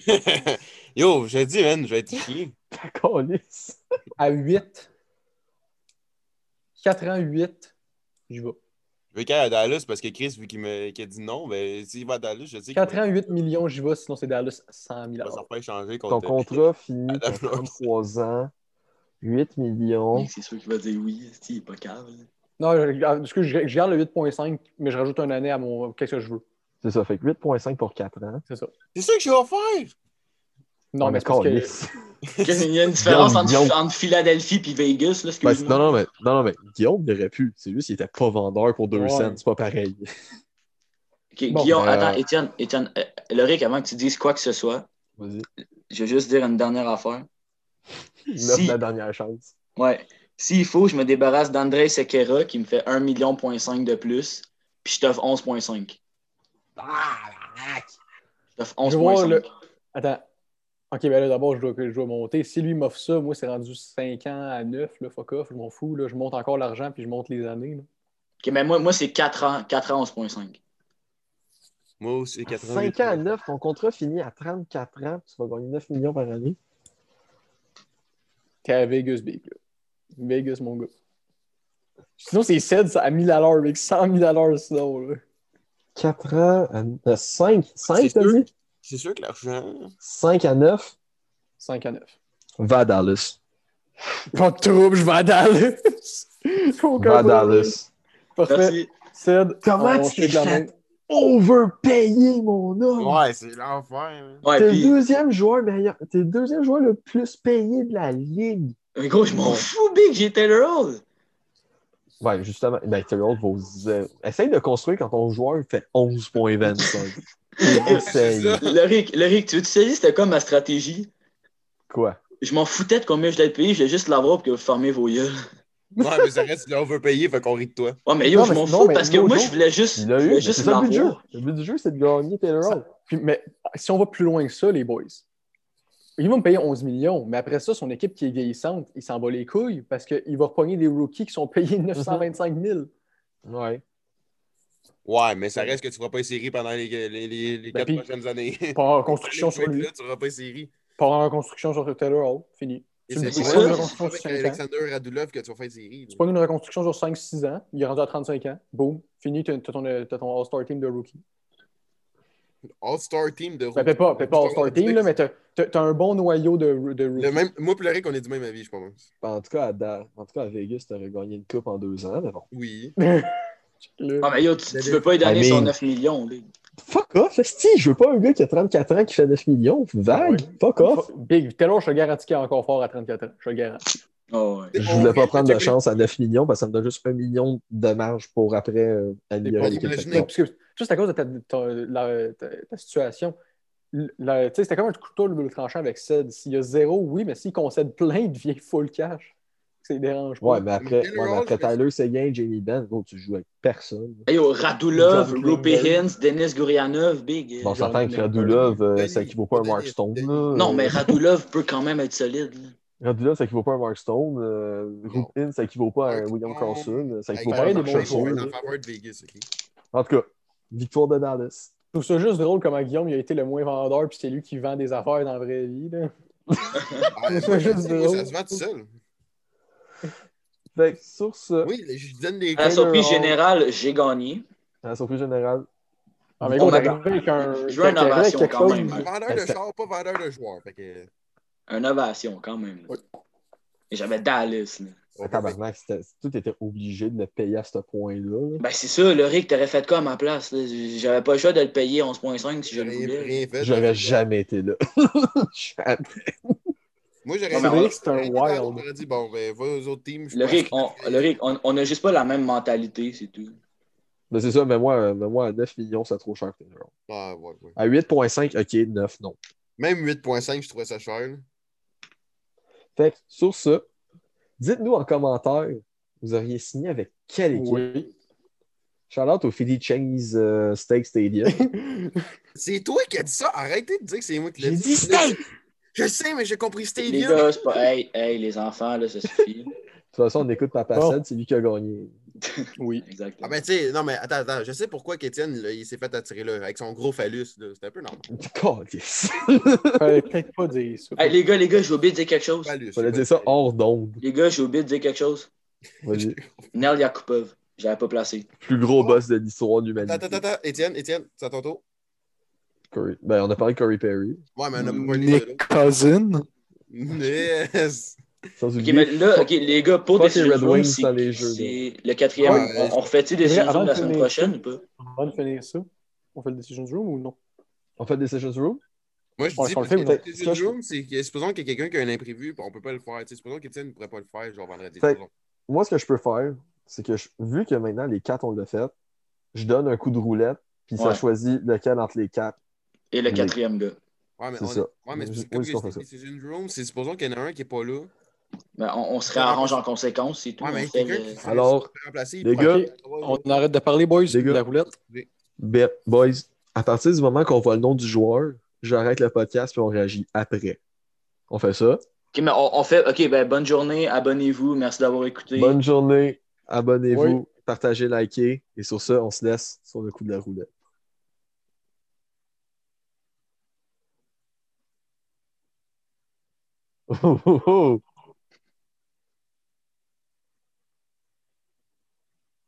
Yo, je te dis, man, je vais être chier.
ta calisse.
À 8. 4 ans, 8. J'y vais.
Je vais qu'à à Dallas parce que Chris, vu qu'il me- qu'il a dit non, ben, s'il va à Dallas, je sais qu'il
4 ans, 8 millions, j'y vais, sinon c'est Dallas 100 000
va s'en faire échanger
Ton
contre. euh,
contrat finit
Adam
à
Lord.
33 ans, 8 millions.
C'est sûr qu'il va dire oui, c'est-tu, il est pas cave. là.
Non, je, ah, excuse, je, je garde le 8.5, mais je rajoute une année à mon qu'est-ce que je veux.
C'est ça, fait que 8,5 pour 4 ans.
C'est ça.
C'est ça que je vais faire!
Non,
On
mais
est
c'est parce que.
calisse.
Qu'est-ce qu'il y a une différence
Guillaume, Guillaume.
entre, entre Philadelphie et Vegas, là,
Ben,
excuse-moi.
non, non, mais, non, non, mais Guillaume il aurait pu. C'est juste qu'il était pas vendeur pour 2
Ouais.
cents. C'est pas pareil.
Ok,
Bon,
Guillaume,
euh,
attends, Étienne, Étienne, euh, Loric, avant que tu dises quoi que ce soit,
Vas-y.
je vais juste dire une dernière affaire.
Il
Si-
offre la dernière chance.
Ouais. S'il faut, je me débarrasse d'André Sequeira qui me fait 1,5 million de plus, puis je t'offre 11,5.
Ah,
Je t'offre
Je vais voir
11,5.
le- Attends. Ok, ben là, d'abord, je dois, je dois monter. Si lui m'offre ça, moi, c'est rendu 5 ans à 9, là, fuck off, je m'en fous. Là, je monte encore l'argent puis je monte les années. là.
Ok, mais moi, moi c'est 4 ans, 4 ans 11,5.
Moi aussi, 4 ans.
5 ans à 9, ton contrat finit à 34 ans, puis tu vas gagner 9 millions par année.
T'es à Vegas, big. là. Vegas, mon gars. Sinon, c'est 7 à 1000 à l'heure, mec. 100 000 à l'heure, sinon. Là.
4 ans à 5. 5,
C'est
t'as
sûr.
dit?
C'est sûr que l'argent.
5 à 9,
5 à 9.
va à Dallas.
Pas de trouble, je vais à Dallas. Aucun
Va à
problème.
Dallas.
Parfait.
Merci.
Ced,
Comment
on
tu
shake
t'es
la
fait
main.
Overpayé, mon homme!
Ouais, c'est l'enfer. hein. man.
Ouais,
T'es le
puis,
deuxième joueur meilleur. T'es le deuxième joueur le plus payé de la ligue.
Mais gros, je m'en fous, Big, j'ai Taylor Hall.
Ouais, justement. Ben, Taylor Hall vaut zéro. Essaye de construire quand ton joueur fait 11.25.
C'est
Essaye.
ça.
Loric, Loric, tu veux tu sais, c'était quoi ma stratégie?
Quoi?
Je m'en foutais de combien je l'ai payé, je voulais juste l'avoir pour que vous fermiez vos yeux.
Ouais, mais ça reste, tu l'as overpayé, fait qu'on rit de toi.
Ouais, mais yo,
Non,
je
mais-
m'en
non,
fous
mais
parce que
no
moi,
joke.
je voulais juste,
Il
je
l'a
voulais
eu. mais
juste
C'est ça le but du jeu.
l'avoir.
Le but du jeu, c'est de gagner Taylor Hall.
Puis, mais si on va plus loin que ça, les boys, il va me payer 11 millions, mais après ça, son équipe qui est vieillissante, il s'en bat les couilles parce qu'il va repogner des rookies qui sont payés
Mhm.
925 000.
Ouais.
Ouais, mais ça reste que tu feras pas les séries pendant les, les, les, les
Ben,
quatre
puis-
prochaines années.
Pas en construction sur lui,
Là, tu feras pas les séries.
pas en reconstruction sur Taylor Hall, fini.
Et
Tu me
C'est
dis
c'est
pas
ça,
une
ça,
reconstruction
avec
sur 5 ans.
Alexander Radulov que tu vas faire les séries.
Tu pognes une reconstruction sur 5-6 ans, il est rendu à 35 ans, boum, fini, t'as t'as ton, t'as ton All-Star team de rookies.
All-Star team de
Ben, fais pas, fais pas All-Star team, là, mais t'as- t'as t'as un bon noyau de, de rookies.
Le même, moi, pleurer qu'on est du même avis, je pense.
En tout cas, à, Da- en tout cas, à Vegas, tu aurais gagné une coupe en deux ans, mais bon.
Oui.
Le-
Ah, mais yo, tu, tu peux pas lui donner
I mean-
son 9 millions, Big.
Fuck off, esti, je veux pas un gars qui a 34 ans qui fait 9 millions. Vague, fuck off.
Big, Taylor, je te garantis qu'il est encore fort à 34 ans, je te garantis.
Oh, ouais.
Je voulais
On-
pas prendre de
Check-
chance à 9 millions parce que ça me donne juste 1 million de marge pour après euh, améliorer
pas
l'équipe.
imaginé.
Fait que non.
Parce que ça, c'est à cause de ta, ta- la- ta- ta situation. Le- la- tu sais, C'était comme un couteau de tranchant avec Ced. S'il y a zéro, oui, mais s'il concède plein de vieilles full cash, ça les dérange pas.
Ouais, mais après, ouais,
Taylor
mais
Hall,
après
je me-
Tyler Seguin, Jamie Benn, gros, tu joues avec personne.
Hey, yo, Radulov,
John
Rupe
Klingberg.
Hintz, Denis Gourianov, Big.
Bon, on s'entend que
Miller.
Radulov, euh,
Denis,
ça équivaut pas à un
Denis,
Mark Stone.
Denis.
là.
Non, mais Radulov peut quand même être solide. là.
Radulov, ça équivaut pas à un Mark Stone. Euh, Rupin, ça équivaut pas à un
Mark
William
Stone.
Carlson. Ça
Hey,
équivaut pas à
pareil,
un
des
Mark
bons
Stone.
joueurs.
En faveur de Vegas, ok.
En tout cas, victoire de Dallas.
Je trouve ça juste drôle comment Guillaume il a été le moins vendeur, puis c'est lui qui vend des affaires dans la vraie vie. là.
Ah,
C'est
moi,
juste
je dis, moi,
drôle.
Ça se vend tout seul.
Fait que sur ce,
Oui, je donne des
À la
Taylor
surprise
Hall.
Ah, générale, j'ai gagné.
à la surprise générale,
Ah, mais gros,
On a-
t'es arrivé avec un.
Je veux une
t'es arrivé avec
ovation
quelque
quand
chose-
même, hein.
Vendeur de char, pas vendeur de joueur. Fait que.
Une ovation quand même.
Oui.
Et J'avais Dallas. là.
Ah, tabarnak, c'était- tout était obligé de le payer à ce point-là. là.
Ben c'est ça, le Rick, t'aurais fait quoi à ma place? là? J'avais pas le choix de le payer 11.5 si je le
J'aurais
voulais.
rien fait. hein.
J'aurais jamais été là. Jamais.
Moi, j'aurais
Non, mais
j'aurais-
c'est un
j'aurais-
wild.
j'aurais dit, bon, ben, va aux autres teams. je
Le
pense
Rick,
que-
on, le Rick, on, on a juste pas la même mentalité, c'est tout.
Mais c'est ça, mais moi, euh, mais moi à 9 millions, c'est trop cher. Taylor Hall.
Ah, ouais, ouais.
À 8,5, ok, 9, non.
Même 8.5, je trouvais ça cher. là.
Fait que, sur ce, dites-nous en commentaire, vous auriez signé avec quelle équipe?
Oui.
Charlotte au Philly Chang's euh, Steak Stadium.
C'est toi qui as dit ça. Arrêtez de dire que c'est moi qui l'ai
J'ai
dit.
dit steak!
Je sais, mais j'ai compris
Les
Stadium.
gars, c'est pas. Hey, hey, les enfants, là, ça suffit.
De toute façon, on écoute Papa
Bon.
Sad, c'est lui qui a gagné.
Oui.
Ah
Exactement.
ben tu sais, non mais attends, attends, je sais pourquoi qu'Étienne, là, il s'est fait attirer là, avec son gros phallus, là. C'était un peu normal.
Calice.
Fallait peut-être pas dire ça.
Hey, les gars, les gars, j'ai oublié de dire quelque chose.
Phallus.
Fallait dire ça hors d'onde.
Les gars, j'ai oublié de dire quelque chose.
Vas-y.
Nel Yakupov, j'avais pas placé.
Plus gros boss de l'histoire de l'humanité.
Attends, attends, attends, Étienne, Étienne, c'est à ton tour.
Corey- Ben, on a parlé de Corey Perry.
Ouais, mais on a pas parlé de
Nick Cousin.
l'autre. Yes.
Sans
Ok,
oublier-
mais là, ok, les gars, pour
Fuck
des
les Red Wings
c'est
dans les jeux,
c'est le quatrième.
Ouais,
on, on refait-tu des
C'est vrai,
saisons
avant
la
de
semaine
finir.
prochaine ou pas?
Avant de finir ça, on fait le decision room ou non?
On fait Decisions Room?
Moi je
Ouais,
dis
sur
parce
le
que
film,
mais-
le Decision Room, c'est que supposons qu'il y a quelqu'un qui a un imprévu, puis on peut pas le faire. Tu sais, supposons qu'Étienne ne pourrait pas le faire genre vendredi.
Fait- Moi, ce que je peux faire, c'est que je- vu que maintenant les quatre, on l'a fait, je donne un coup de roulette, puis ça
Ouais.
choisit lequel entre les quatre.
Et le
Oui.
quatrième gars.
Ouais, mais
C'est
on-
ça.
Ouais, mais
Oui,
c'est comme
c'est
que
qu'on
c'est
fait
Decision Room, c'est supposons qu'il y en a un qui est pas là.
Ben, on, on se réarrange en conséquence, c'est tout.
Ouais, mais
on fait
quelqu'un
le-
qui se
Alors,
remplacer.
les gars,
On arrête de parler, boys,
Les gars.
de la roulette.
Ben, boys, à partir du moment qu'on voit le nom du joueur, j'arrête le podcast puis on réagit après. On fait ça.
Ok, mais on, on fait. Ok, ben bonne journée, abonnez-vous, merci d'avoir écouté.
Bonne journée. Abonnez-vous, partagez, likez. Et sur ce, on se laisse sur le coup de la roulette. Oh, oh, oh.